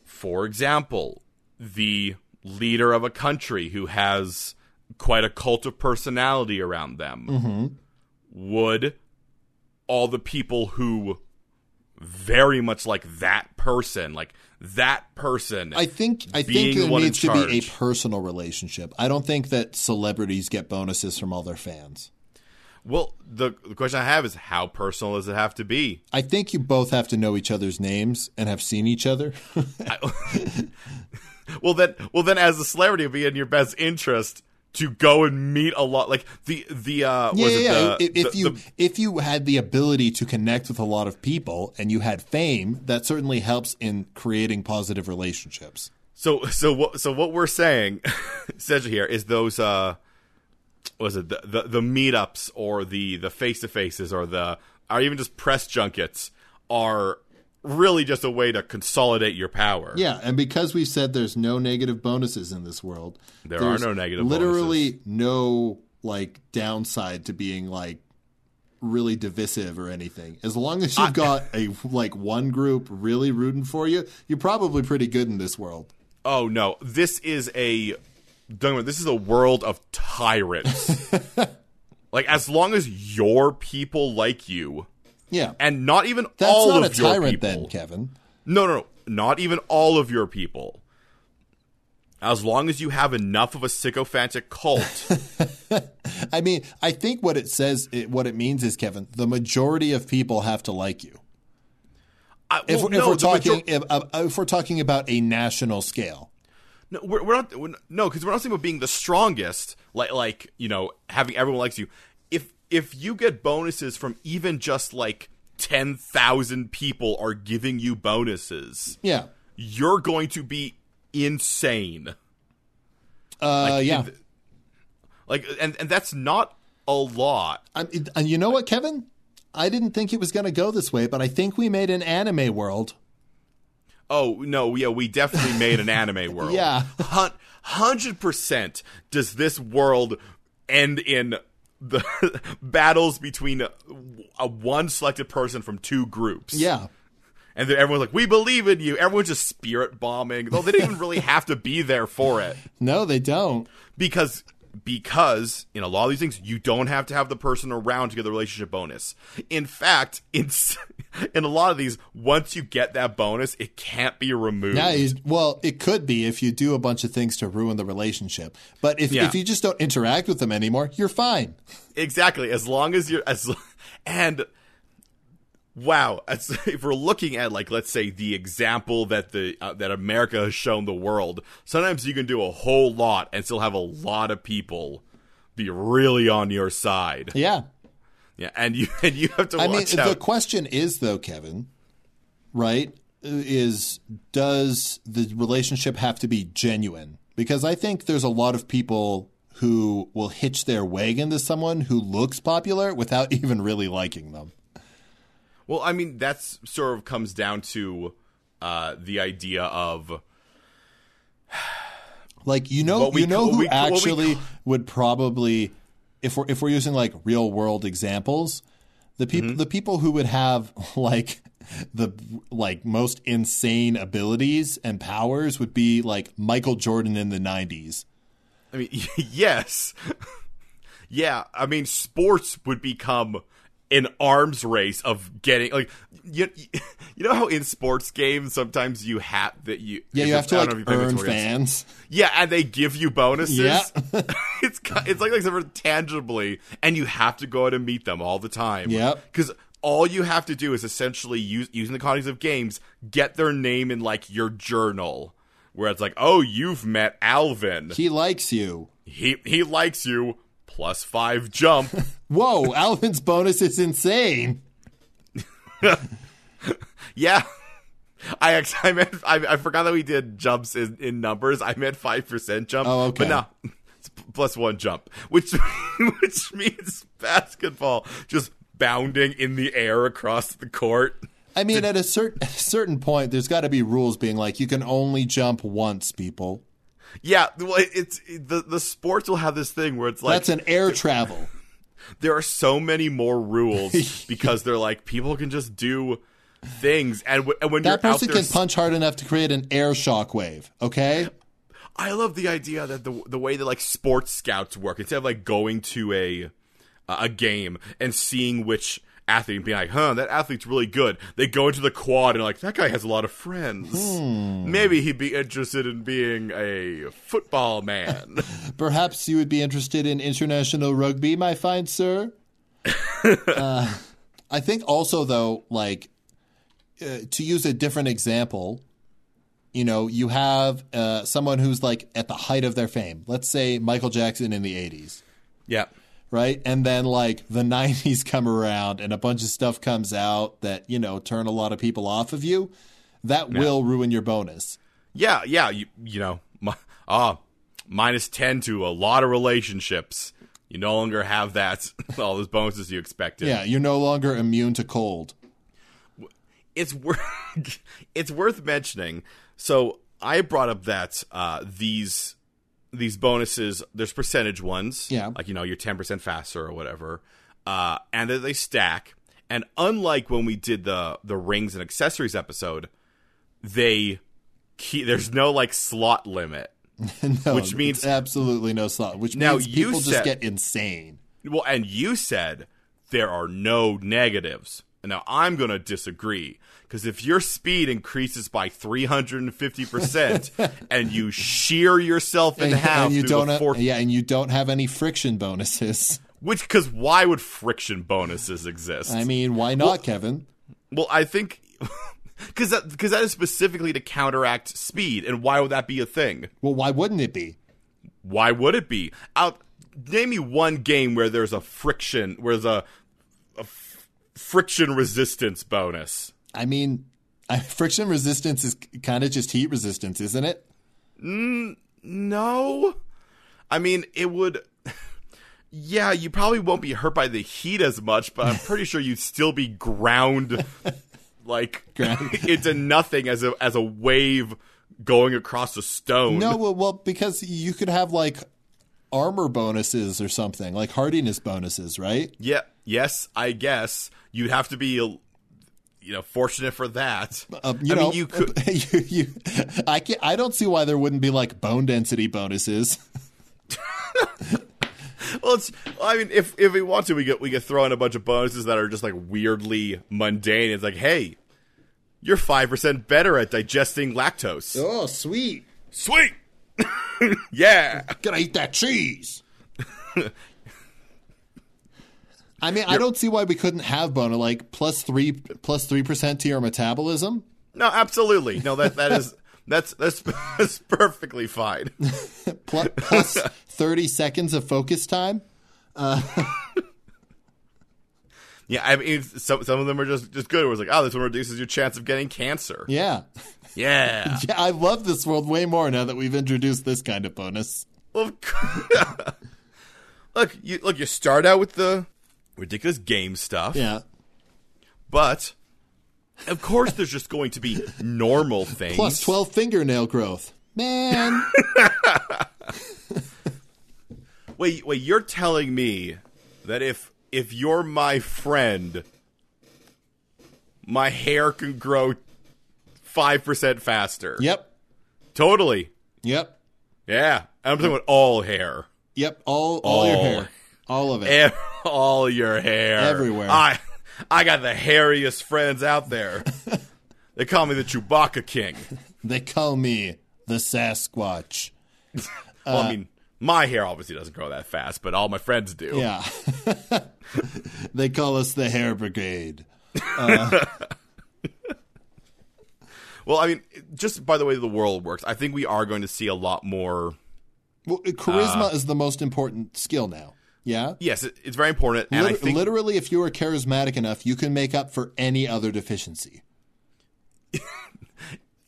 for example the leader of a country who has quite a cult of personality around them
Mm-hmm.
would all the people who very much like that person, like that person.
I think I
Being
think
the
there
one in
needs to be a
charge.
personal relationship. I don't think that celebrities get bonuses from all their fans.
well, the, the question I have is how personal does it have to be?
I think you both have to know each other's names and have seen each other.
Well, then, well, then, as a celebrity, it'd be in your best interest to go and meet a lot, like the the uh,
yeah,
was it
yeah. yeah.
the-
if, if
the-
you
the-
if you had the ability to connect with a lot of people and you had fame, that certainly helps in creating positive relationships.
so so what so what we're saying, essentially here is those uh, was it the the, the meetups or the the face to faces or the or even just press junkets are really just a way to consolidate your power.
Yeah, and because we said there's no negative bonuses in this world,
There are
there's
no negative
Literally no like downside to being like really divisive or anything. As long as you've got a like one group really rooting for you, you're probably pretty good in this world.
Oh no, this is a don't worry, this is a world of tyrants. like as long as your people like you
Yeah,
and not even
that's
all
not
of
a
your
tyrant
people.
then, Kevin.
No, no, no, not even all of your people. As long as you have enough of a sycophantic cult.
I mean, I think what it says, it, what it means is, Kevin, the majority of people have to like you.
I,
If,
well,
if
no,
we're
the
talking, if,
major-
uh, if we're talking about a national scale,
No, we're, we're not. We're, not- no, because we're not talking about being the strongest. Like, like you know, having everyone likes you. If if you get bonuses from even just like ten thousand people are giving you bonuses,
yeah,
you're going to be insane.
uh, yeah.
Like, and and that's not a lot.
I'm, it- and you know what, Kevin? I didn't think it was going to go this way, but I think we made an anime world.
Oh no, yeah, we definitely made an anime world.
Yeah.
hundred percent. Does this world end in the battles between a, a one selected person from two groups?
Yeah.
and then everyone's like, "We believe in you." Everyone's just spirit bombing. Though they didn't even really have to be there for it
No, they don't.
because because in a lot of these things you don't have to have the person around to get the relationship bonus. In fact, in s- in a lot of these, once you get that bonus, it can't be removed.
Yeah, you- well, it could be if you do a bunch of things to ruin the relationship. But if,
Yeah.
if you just don't interact with them anymore, you're fine.
exactly as long as you're as and wow as, if we're looking at like let's say the example that the uh, that america has shown the world sometimes you can do a whole lot and still have a lot of people be really on your side
Yeah.
yeah and you and you have to
I mean,
watch
the
out
question is, though, Kevin, right? Is does the relationship have to be genuine? Because I think there's a lot of people who will hitch their wagon to someone who looks popular without even really liking them.
well i mean that's sort of comes down to uh the idea of
Like you know,
What we
you know
ca-
who
we ca- what we
actually would probably, if we're if we're using like real world examples, the people
Mm-hmm.
the people who would have like the like most insane abilities and powers would be like Michael Jordan in the '90s.
I mean, yes. yeah, I mean, sports would become an arms race of getting like you, you know how in sports games sometimes you have that you
Yeah, you have to
I
like
don't know if you play
earn
Victoria's.
fans.
yeah and they give you bonuses
Yeah.
it's ki- it's like like sort of tangibly and you have to go out and meet them all the time
Yep.
because all you have to do is essentially use using the context of games get their name in like your journal where it's like oh you've met Alvin
He likes you.
he he likes you plus five jump
Whoa, Alvin's bonus is insane.
yeah i actually I, meant, I i forgot that we did jumps in, in numbers i meant five percent jump
Oh, okay.
but no it's p- plus one jump which which means basketball just bounding in the air across the court
I mean, at a certain certain point, there's got to be rules being like you can only jump once, people.
Yeah, well, it- it's it- the the sports will have this thing where it's like
That's an air travel.
there are so many more rules because they're like people can just do things, and, w- and when
That
you're out
person
there,
can
s-
punch hard enough to create an air shock wave. Okay,
I love the idea that the the way that like sports scouts work instead of like going to a a game and seeing which athlete and being like, huh, that athlete's really good. They go into the quad and like that guy has a lot of friends. Maybe he'd be interested in being a football man.
perhaps you would be interested in international rugby, my fine sir. Uh, I think also though, like uh, to use a different example, you know, you have uh, someone who's like at the height of their fame. Let's say Michael Jackson in the '80s.
yeah.
right? And then like the 90s come around and a bunch of stuff comes out that, you know, turn a lot of people off of you, that will ruin your bonus.
Yeah, yeah, you you know, mi- ah, minus 10 to a lot of relationships. You no longer have that all those bonuses you expected.
Yeah, you're no longer immune to cold.
it's worth it's worth mentioning. So I brought up that uh, these these bonuses there's percentage ones,
Yeah.
like you know you're ten percent faster or whatever, uh, and that they stack. And unlike when we did the the rings and accessories episode, they key, there's no like slot limit.
no,
Which means-
it's absolutely no slot, which
Now,
means
you
people
said-
just get insane.
Well, and you said there are no negatives. Now I'm going to disagree because if your speed increases by 350 percent and you shear yourself in
And,
half
and you
through
don't
the
have,
fourth,
yeah, and you don't have any friction bonuses.
which because why would friction bonuses exist?
I mean, why not, Kevin?
well, I think because that because that is specifically to counteract speed, and why would that be a thing?
Well, why wouldn't it be?
Why would it be? Out name me one game where there's a friction where there's a, a f- friction resistance bonus.
I mean, I, friction resistance is kind of just heat resistance, isn't it?
No. I mean, it would. Yeah, you probably won't be hurt by the heat as much, but I'm pretty sure you'd still be ground like into nothing as a as a wave going across a stone.
No, well, well, because you could have like armor bonuses or something, like hardiness bonuses, right?
Yeah. Yes, I guess you'd have to be you know fortunate for that.
Uh,
I
know,
mean, you could
you- you- I can I don't see why there wouldn't be like bone density bonuses.
Well, it's, I mean, if if we want to, we get we get throw in a bunch of bonuses that are just like weirdly mundane. It's like, hey, you're five percent better at digesting lactose.
Oh, sweet!
Sweet, yeah.
Gotta eat that cheese. I mean, I don't see why we couldn't have boner like plus three plus three percent to your metabolism.
No, absolutely. No, that that is that's that's, that's perfectly fine.
plus, plus 30 seconds of focus time
Yeah, I mean, it's- some some of them are just just good. Where it's like, oh, this one reduces your chance of getting cancer.
yeah
Yeah.
yeah i love this world way more now that we've introduced this kind of bonus
Well, of course. look, you look. You start out with the ridiculous game stuff.
yeah
But of course, there's just going to be normal things.
plus 12 fingernail growth. Man,
Wait, wait. You're telling me that if if you're my friend, my hair can grow five percent faster.
yep.
Totally.
Yep.
Yeah. I'm talking about all hair.
Yep, all all your
All.
hair. All of it.
Ev- all your hair
Everywhere.
I I got the hairiest friends out there. they call me the Chewbacca King.
they call me the Sasquatch.
Well,
Uh,
I mean, my hair obviously doesn't grow that fast, but all my friends do.
Yeah. they call us the Hair Brigade.
Well, I mean, just by the way the world works, I think we are going to see a lot more.
Well, uh,
Uh,
charisma is the most important skill now. Yeah?
Yes, it- it's very important, and I
Lit-
think
literally if you are charismatic enough, you can make up for any other deficiency.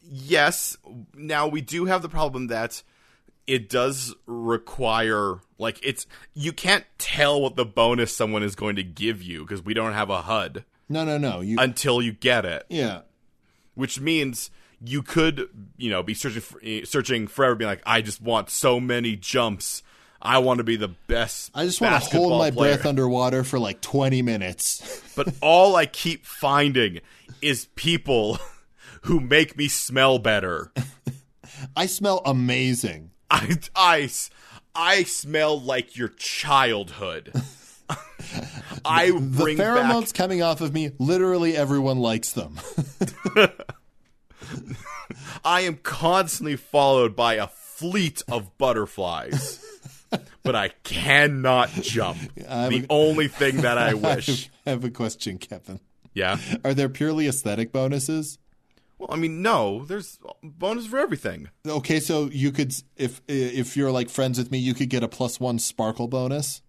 yes. Now we do have the problem that it does require like it's you can't tell what the bonus someone is going to give you because we don't have a HUD.
No, no, no. You
until you get it,
yeah.
which means you could, you know, be searching for, eh, searching forever, being like, I just want so many jumps. I want to be the best.
I just want to hold my breath underwater for like 20 minutes.
but all I keep finding is people who make me smell better.
I smell amazing.
I, I, s- I smell like your childhood. I
The
bring
pheromones
back
coming off of me, literally everyone likes them.
I am constantly followed by a fleet of butterflies. but I cannot jump.
I'm-
the only thing that I wish.
I have a question, Kevin.
yeah.
Are there purely aesthetic bonuses?
Well, I mean, no, there's bonus for everything.
Okay, so you could if if you're like friends with me, you could get a plus 1 sparkle bonus.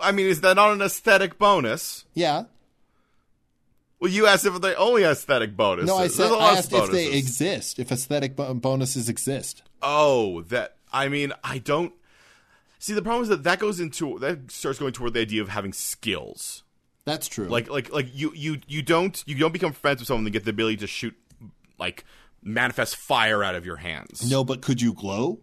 I mean, is that not an aesthetic bonus?
Yeah.
Well, you asked if they only aesthetic bonuses.
No, I
There's
said
a lot
I
of
asked if they
bonuses.
exist, if aesthetic bo- bonuses exist.
Oh, that. I mean, I don't. See, the problem is that that goes into that starts going toward the idea of having skills.
That's true.
Like, like, like you, you, you don't, you don't become friends with someone to get the ability to shoot, like, manifest fire out of your hands.
no, but could you glow?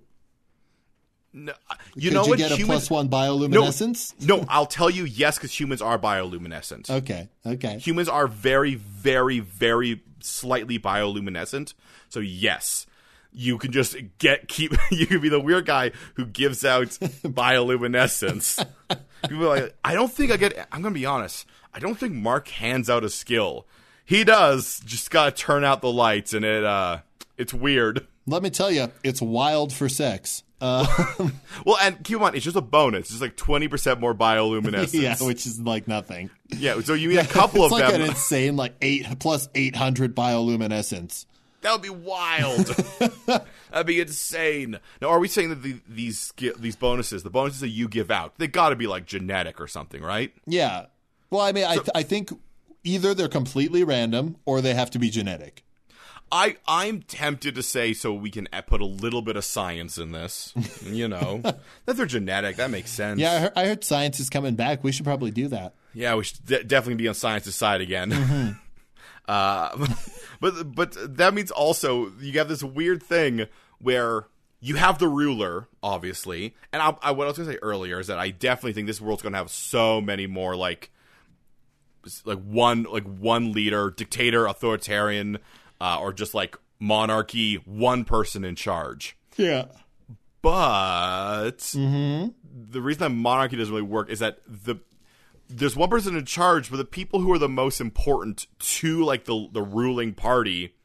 no you
Could
know
you
what?
get a
humans,
plus 1 bioluminescence?
no, I'll tell you yes, because humans are
Oh,
bioluminescent.
Okay. Okay.
humans are very, very, very slightly bioluminescent. So yes, you can just get keep. You can be the weird guy who gives out bioluminescence. People are like, I don't think I get. I'm gonna be honest. I don't think Mark hands out a skill. He does. Just gotta turn out the lights, and it uh, it's weird.
Let me tell you, it's wild for sex. Uh,
Well, and keep in mind, it's just a bonus. It's like twenty percent more bioluminescence.
yeah,
yeah,
which is like nothing.
So you need a couple
It's
of
like
them.
an insane, like eight plus eight hundred bioluminescence.
That would be wild. That'd be insane. Now, are we saying that the, these gi- these bonuses, the bonuses that you give out, they got to be like genetic or something, right?
Yeah. Well, I mean, I I think either they're completely random or they have to be genetic.
I I'm tempted to say so we can a- put a little bit of science in this. You know that they're genetic. That makes sense.
Yeah, I heard, I heard science is coming back. We should probably do that.
Yeah, we should de- definitely be on science's side again. Uh, but but that means also you have this weird thing where you have the ruler, obviously, and I, I what I was gonna say earlier is that I definitely think this world's gonna have so many more like s- like one like one leader, dictator, authoritarian, uh, or just like monarchy, one person in charge
Yeah.
but the reason that monarchy doesn't really work is that the there's one person in charge, but the people who are the most important to like the the ruling party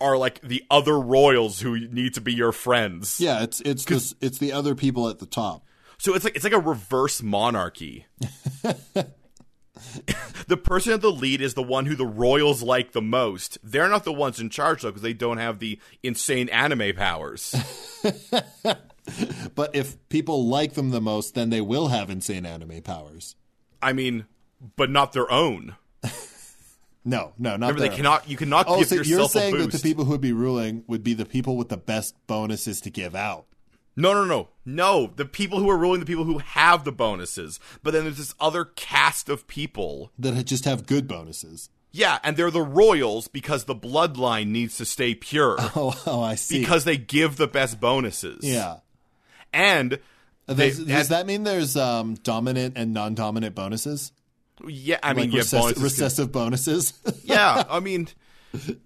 are like the other royals who need to be your friends.
Yeah. It's it's this, it's the other people at the top.
So it's like it's like a reverse monarchy. the person at the lead is the one who the royals like the most. They're not the ones in charge though, because they don't have the insane anime powers.
But if people like them the most, then they will have insane anime powers.
I mean, but not their own.
No, no, not
Remember, they
their-
cannot. You cannot
Oh,
give
so you're
yourself
saying
a
that
boost.
the people who would be ruling would be the people with the best bonuses to give out?
no, no, no, no. The people who are ruling, the people who have the bonuses. But then there's this other cast of people.
that ha- just have good bonuses.
Yeah, and they're the royals because the bloodline needs to stay pure
Oh, oh I see.
because they give the best bonuses.
yeah.
and they,
Does,
and-
does that mean there's um, dominant and non-dominant bonuses?
yeah, I mean,
Like
yeah,
recess-
bonuses can-
recessive bonuses.
yeah, I mean,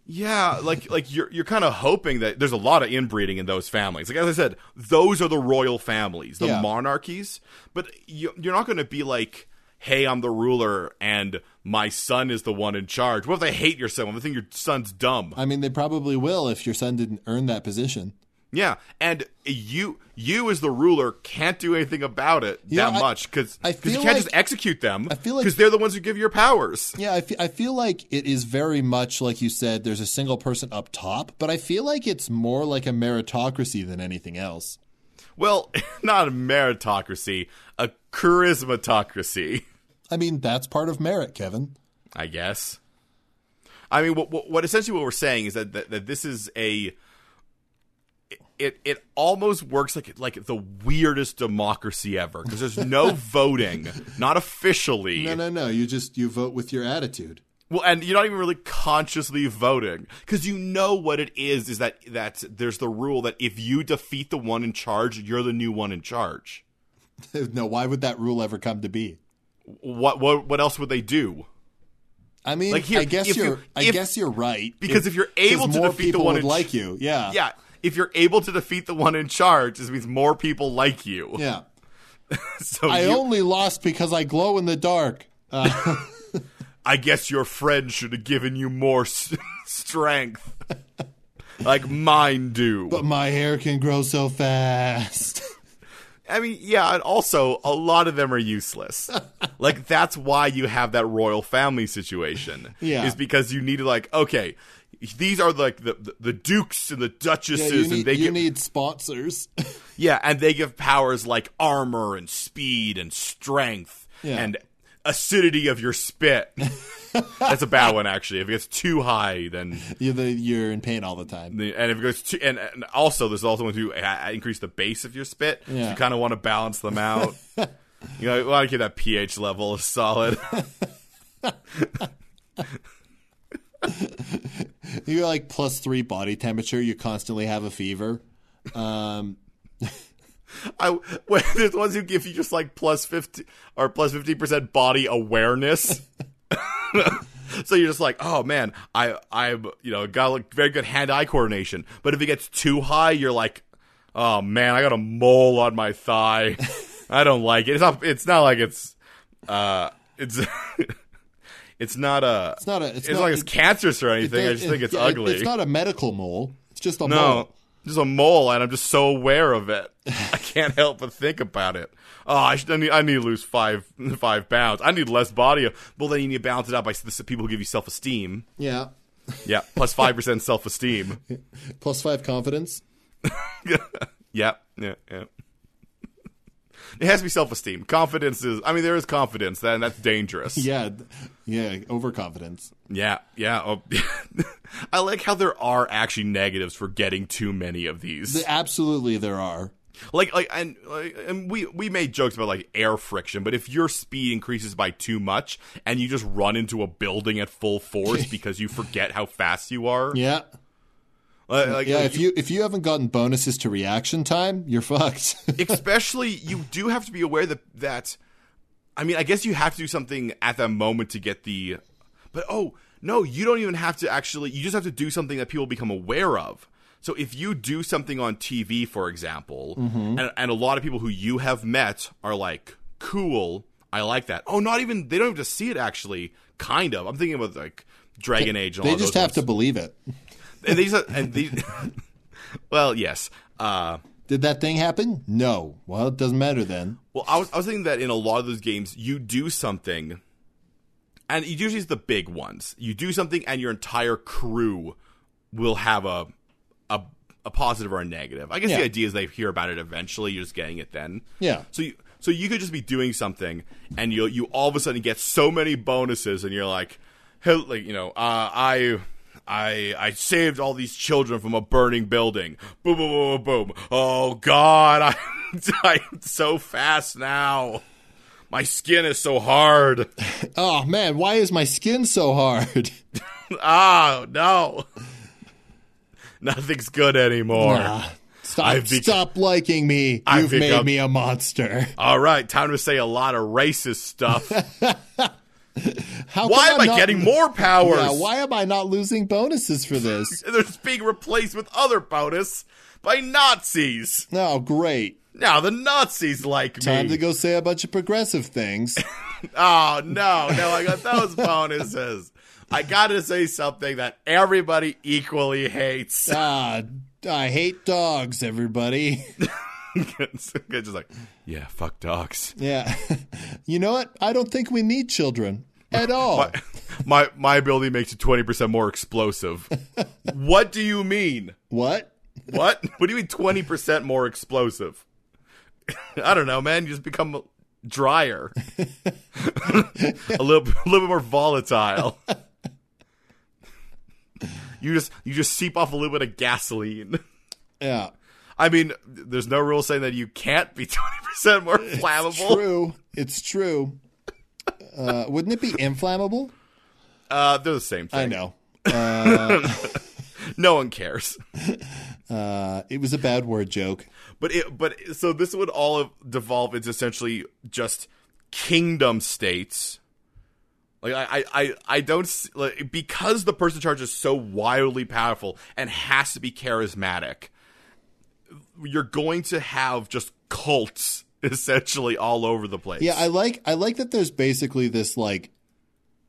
yeah, like like you're you're kind of hoping that there's a lot of inbreeding in those families. Like as I said, those are the royal families, the
Yeah.
monarchies. But you, you're not going to be like, hey, I'm the ruler and my son is the one in charge. What if they hate your son? What if they think your son's dumb?
I mean, they probably will if your son didn't earn that position.
yeah, and you you as the ruler can't do anything about it that
know, I-
much because
I
you
feel
can't just
like-
execute them. I
feel like-
because they're the ones who give your powers.
Yeah, I fe- I feel like it is very much like you said. There's a single person up top, but I feel like it's more like a meritocracy than anything else.
Well, not a meritocracy, a charismatocracy,
I mean, that's part of merit, Kevin.
I guess. I mean, what, what, what essentially what we're saying is that, that that this is a it it almost works like like the weirdest democracy ever because there's no voting, not officially.
No, no, no. You just you vote with your attitude.
Well, and you're not even really consciously voting because you know what it is is that that there's the rule that if you defeat the one in charge, you're the new one in charge.
no, why would that rule ever come to be?
What what what else would they do?
I mean,
Like, here,
I guess
if
you're,
you-
I
if-
guess you're right.
because if you're
'cause
able to
more
defeat the
people
one
would
in-
like you, yeah,
Yeah, if you're able to defeat the one in charge, this means more people like you.
yeah.
So
I
you,
only lost because I glow in the dark.
I guess your friend should have given you more s- strength, like mine do.
But my hair can grow so fast.
I mean, yeah, and also a lot of them are useless. like that's why you have that royal family situation.
Yeah.
is because you need to like okay, these are like the the, the dukes and the
Yeah,
duchesses,
you
and
need,
they
you
give
need sponsors.
yeah, and they give powers like armor and speed and strength
Yeah.
and acidity of your spit. that's a bad one actually. If it gets too high, then
you're, the, you're in pain all the time.
the- and if it goes to and, and also there's also ones who uh, increase the base of your spit so
Yeah.
you kind of want to balance them out you know want to keep that ph level solid
You're like plus three body temperature. You constantly have a fever. Um,
I, when, there's ones who give you just like plus 50 or plus 50% body awareness so you're just like oh man i i'm you know got like very good hand-eye coordination but if it gets too high you're like oh man i got a mole on my thigh i don't like it it's not it's not like it's uh it's it's not a
it's not a. It's,
it's,
not
not like it's cancerous or anything i
it-
just
it-
think it's
yeah, it-
ugly
It's not a medical mole. It's just a
no,
mole.
just a mole, and I'm just so aware of it. I can't help but think about it. Oh, I should. I need, I need to lose five five pounds. I need less body. Well, then you need to balance it out by s- the people who give you self esteem.
Yeah.
Yeah, plus five percent self esteem.
Plus five confidence.
Yeah, yeah, yeah. It has to be self esteem. Confidence is. I mean, there is confidence, then that's dangerous.
Yeah. th- Yeah. Overconfidence.
yeah. yeah, oh. I like how there are actually negatives for getting too many of these.
Absolutely, there are.
like like and like, and we we made jokes about like air friction but if your speed increases by too much and you just run into a building at full force because you forget how fast you are
Yeah.
like, like,
Yeah. If you if you haven't gotten bonuses to reaction time, you're fucked.
especially you do have to be aware that that i mean i guess you have to do something at that moment to get the but oh no you don't even have to actually you just have to do something that people become aware of so if you do something on tv for example
Mm-hmm.
and, and a lot of people who you have met are like cool i like that oh not even they don't have to see it actually kind of i'm thinking about like dragon age and all
they
those
just have
ones.
to believe it.
and these are- and these well yes uh
Did that thing happen? No. Well, it doesn't matter then.
Well, I was I was thinking that in a lot of those games, you do something, and it usually it's the big ones. You do something, and your entire crew will have a a, a positive or a negative. I guess
Yeah.
the idea is they hear about it eventually. You're just getting it then.
Yeah.
So you so you could just be doing something, and you you all of a sudden get so many bonuses, and you're like, hey, like you know, uh, I. I I saved all these children from a burning building. Boom, boom, boom, boom, boom. Oh God, I'm, I'm so fast now. My skin is so hard.
Oh man, why is my skin so hard?
Oh no, nothing's good anymore.
Ah, stop!
I've bec-
stop liking me.
I've
You've made
become-
me a monster.
All right, time to say a lot of racist stuff.
How
Why
come I'm
am I
not-
getting more powers?
Yeah, why am I not losing bonuses for this?
they're just being replaced with other bonus by Nazis.
Oh, great!
Now the Nazis like
Time
me.
to go say a bunch of progressive things.
oh no, no, I got those bonuses. I gotta say something that everybody equally hates.
ah, I hate dogs, everybody.
It's just like, yeah, fuck dogs.
Yeah, you know what? I don't think we need children at all.
My my ability makes you twenty percent more explosive. what do you mean?
What?
What? What do you mean twenty percent more explosive? I don't know, man. You just become drier, a little, a little bit more volatile. You just you just seep off a little bit of gasoline.
Yeah.
I mean, there's no rule saying that you can't be 20% more flammable.
True. It's true. Uh, wouldn't it be inflammable?
Uh, they're the same
I
thing.
know.
No one cares.
Uh, it was a bad word joke.
But it, but so this would all devolve into essentially just kingdom states. Like I I I, I don't s- like, because the person charged is so wildly powerful and has to be charismatic. You're going to have just cults essentially all over the place.
Yeah, I like I like that there's basically this like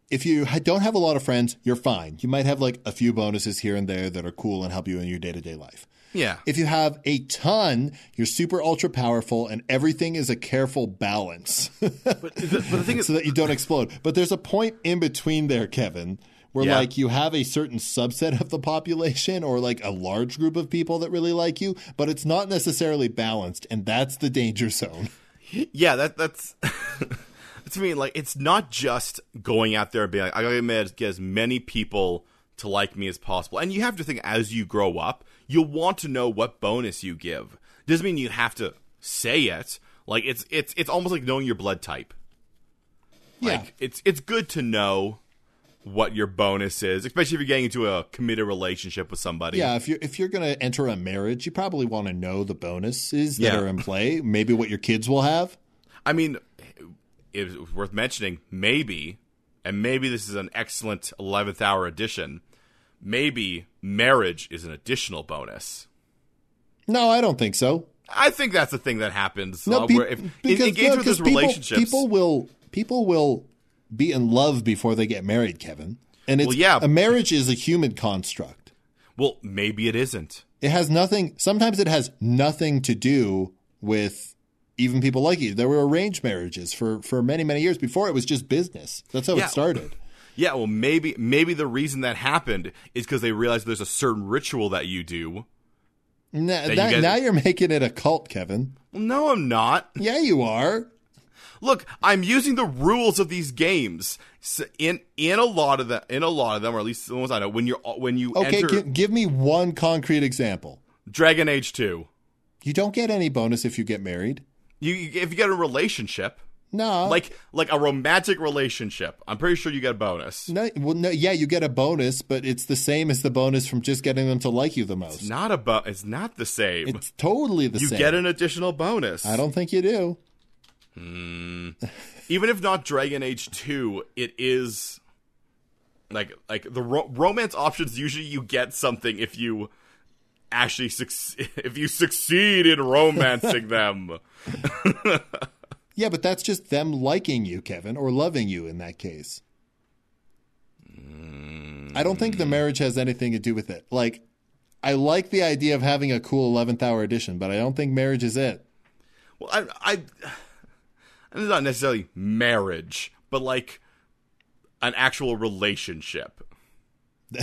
if you ha- don't have a lot of friends, you're fine. You might have like a few bonuses here and there that are cool and help you in your day-to-day life.
yeah.
If you have a ton, you're super ultra powerful and everything is a careful balance
But the, but the thing is,
so that you don't explode. But there's a point in between there, Kevin, where
Yeah.
like you have a certain subset of the population or like a large group of people that really like you, but it's not necessarily balanced and that's the danger zone.
yeah, that that's to me like it's not just going out there and being like I gotta get as- get as many people to like me as possible, and you have to think as you grow up, you'll want to know what bonus you give. Doesn't mean you have to say it. Like it's it's it's almost like knowing your blood type. Like it's it's good to know what your bonus is, especially if you're getting into a committed relationship with somebody.
Yeah, if you're if you're gonna enter a marriage, you probably want to know the bonuses that
Yeah.
are in play. Maybe what your kids will have.
I mean, it's worth mentioning, maybe, and maybe this is an excellent 11th hour addition, maybe marriage is an additional bonus.
No, I don't think so.
I think that's the thing that happens.
No,
uh,
pe-
where if, in-
because
engage
no,
with
'cause
those
people,
relationships.
people will people will be in love before they get married, Kevin. And it's
Well, yeah.
a marriage is a human construct.
well, maybe it isn't.
It has nothing. Sometimes it has nothing to do with even people like you. There were arranged marriages for for many many years before it was just business. That's how
Yeah.
it started.
Yeah, well, maybe maybe the reason that happened is because they realized there's a certain ritual that you do.
Now,
you
that,
guys-
now you're making it a cult, Kevin.
Well, no, I'm not.
Yeah, you are.
Look, I'm using the rules of these games S in in a lot of the in a lot of them, or at least the ones I know. When you're when you
Okay,
enter
gi- give me one concrete example.
Dragon Age Two,
You don't get any bonus if you get married.
you, you if you get a relationship
No,
like like a romantic relationship, I'm pretty sure you get a bonus.
no, well, no, yeah, you get a bonus, but it's the same as the bonus from just getting them to like you the most.
Not a bo- It's not the same.
It's totally the
you
same.
get an additional bonus.
I don't think you do.
Even if not Dragon Age Two, it is like like the ro- romance options. Usually, you get something if you actually suc- if you succeed in romancing them.
Yeah, but that's just them liking you, Kevin, or loving you in that case. I don't
Mm.
think the marriage has anything to do with it. Like, I like the idea of having a cool 11th hour edition, but I don't think marriage is it.
Well, I, I, and it's not necessarily marriage, but like an actual relationship.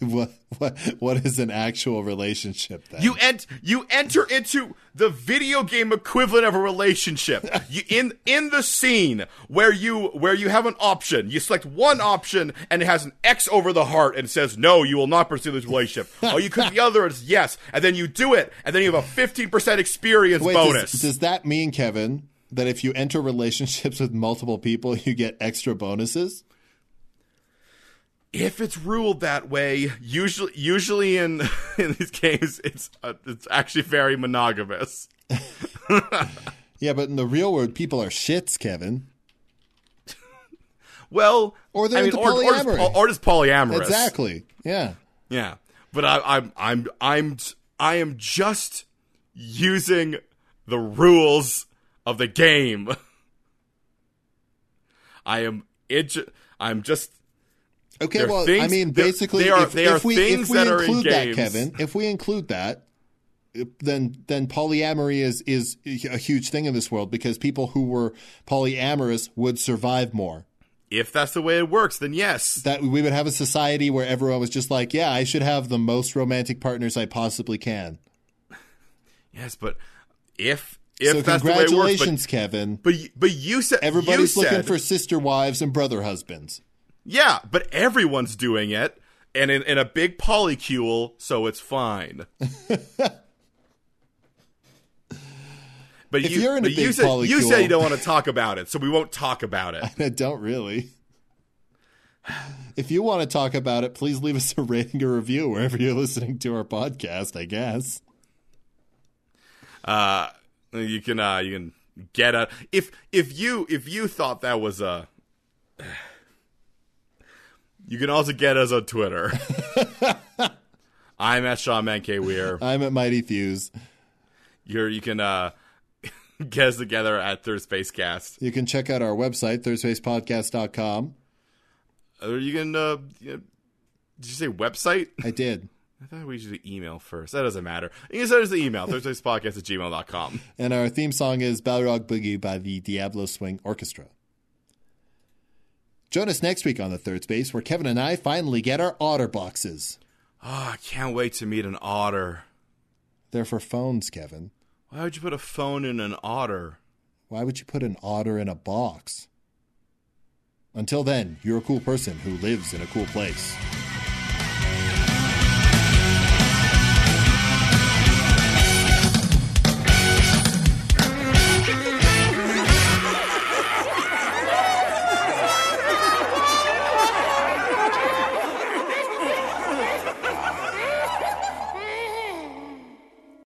what, what, what is an actual relationship then?
You ent, you enter into the video game equivalent of a relationship. You in in the scene where you where you have an option. You select one option, and it has an X over the heart, and says no, you will not pursue this relationship. oh, you click the other, it's yes, and then you do it, and then you have a fifteen percent experience
Wait,
bonus.
Does, does that mean, Kevin, that if you enter relationships with multiple people, you get extra bonuses?
if it's ruled that way, usually usually in in these games, it's uh, it's actually very monogamous.
Yeah, but in the real world, people are shits, Kevin.
Well,
Or they're
I mean,
into
or, or, just,
polyamory.
or just polyamorous,
Exactly. Yeah.
Yeah, but I, I'm I'm I'm I am just using the rules of the game. I am it. I'm just
Okay,
They're
well, I
things-
mean,
they're-
basically,
they are-
if,
they are
if we,
things
if we
that are in
include that,
games.
Kevin, if we include that, it- then then polyamory is is a huge thing in this world because people who were polyamorous would survive more.
if that's the way it works, then yes.
That we would have a society where everyone was just like, yeah, I should have the most romantic partners I possibly can.
Yes, but if if
so
that's the way it works, but
congratulations, Kevin.
but you, but you said
Everybody's
you
looking
said-
for sister wives and brother husbands.
Yeah, but everyone's doing it, and in, in a big polycule, so it's fine. But
If
you,
you're in a
but you
big
said you
polycule-
said you don't want to talk about it, so we won't talk about it.
I don't really. If you want to talk about it, please leave us a rating or review wherever you're listening to our podcast, I guess.
Uh, you can uh, you can get a if if you if you thought that was a. You can also get us on Twitter. I'm at Sean Mankey Weir.
I'm at Mighty Thews.
You're you can uh, get us together at Third Space Cast.
You can check out our website, thirdspacepodcast.com.
Or you can uh, you know, did you say website?
I did.
I thought we should do email first. That doesn't matter. You can send us an email, thursdayspodcast at gmail.com.
And our theme song is Balrog Boogie by the Diablo Swing Orchestra. Join us next week on The Third Space, where Kevin and I finally get our otter boxes.
Oh, I can't wait to meet an otter.
They're for phones, Kevin.
Why would you put a phone in an otter?
Why would you put an otter in a box? Until then, you're a cool person who lives in a cool place.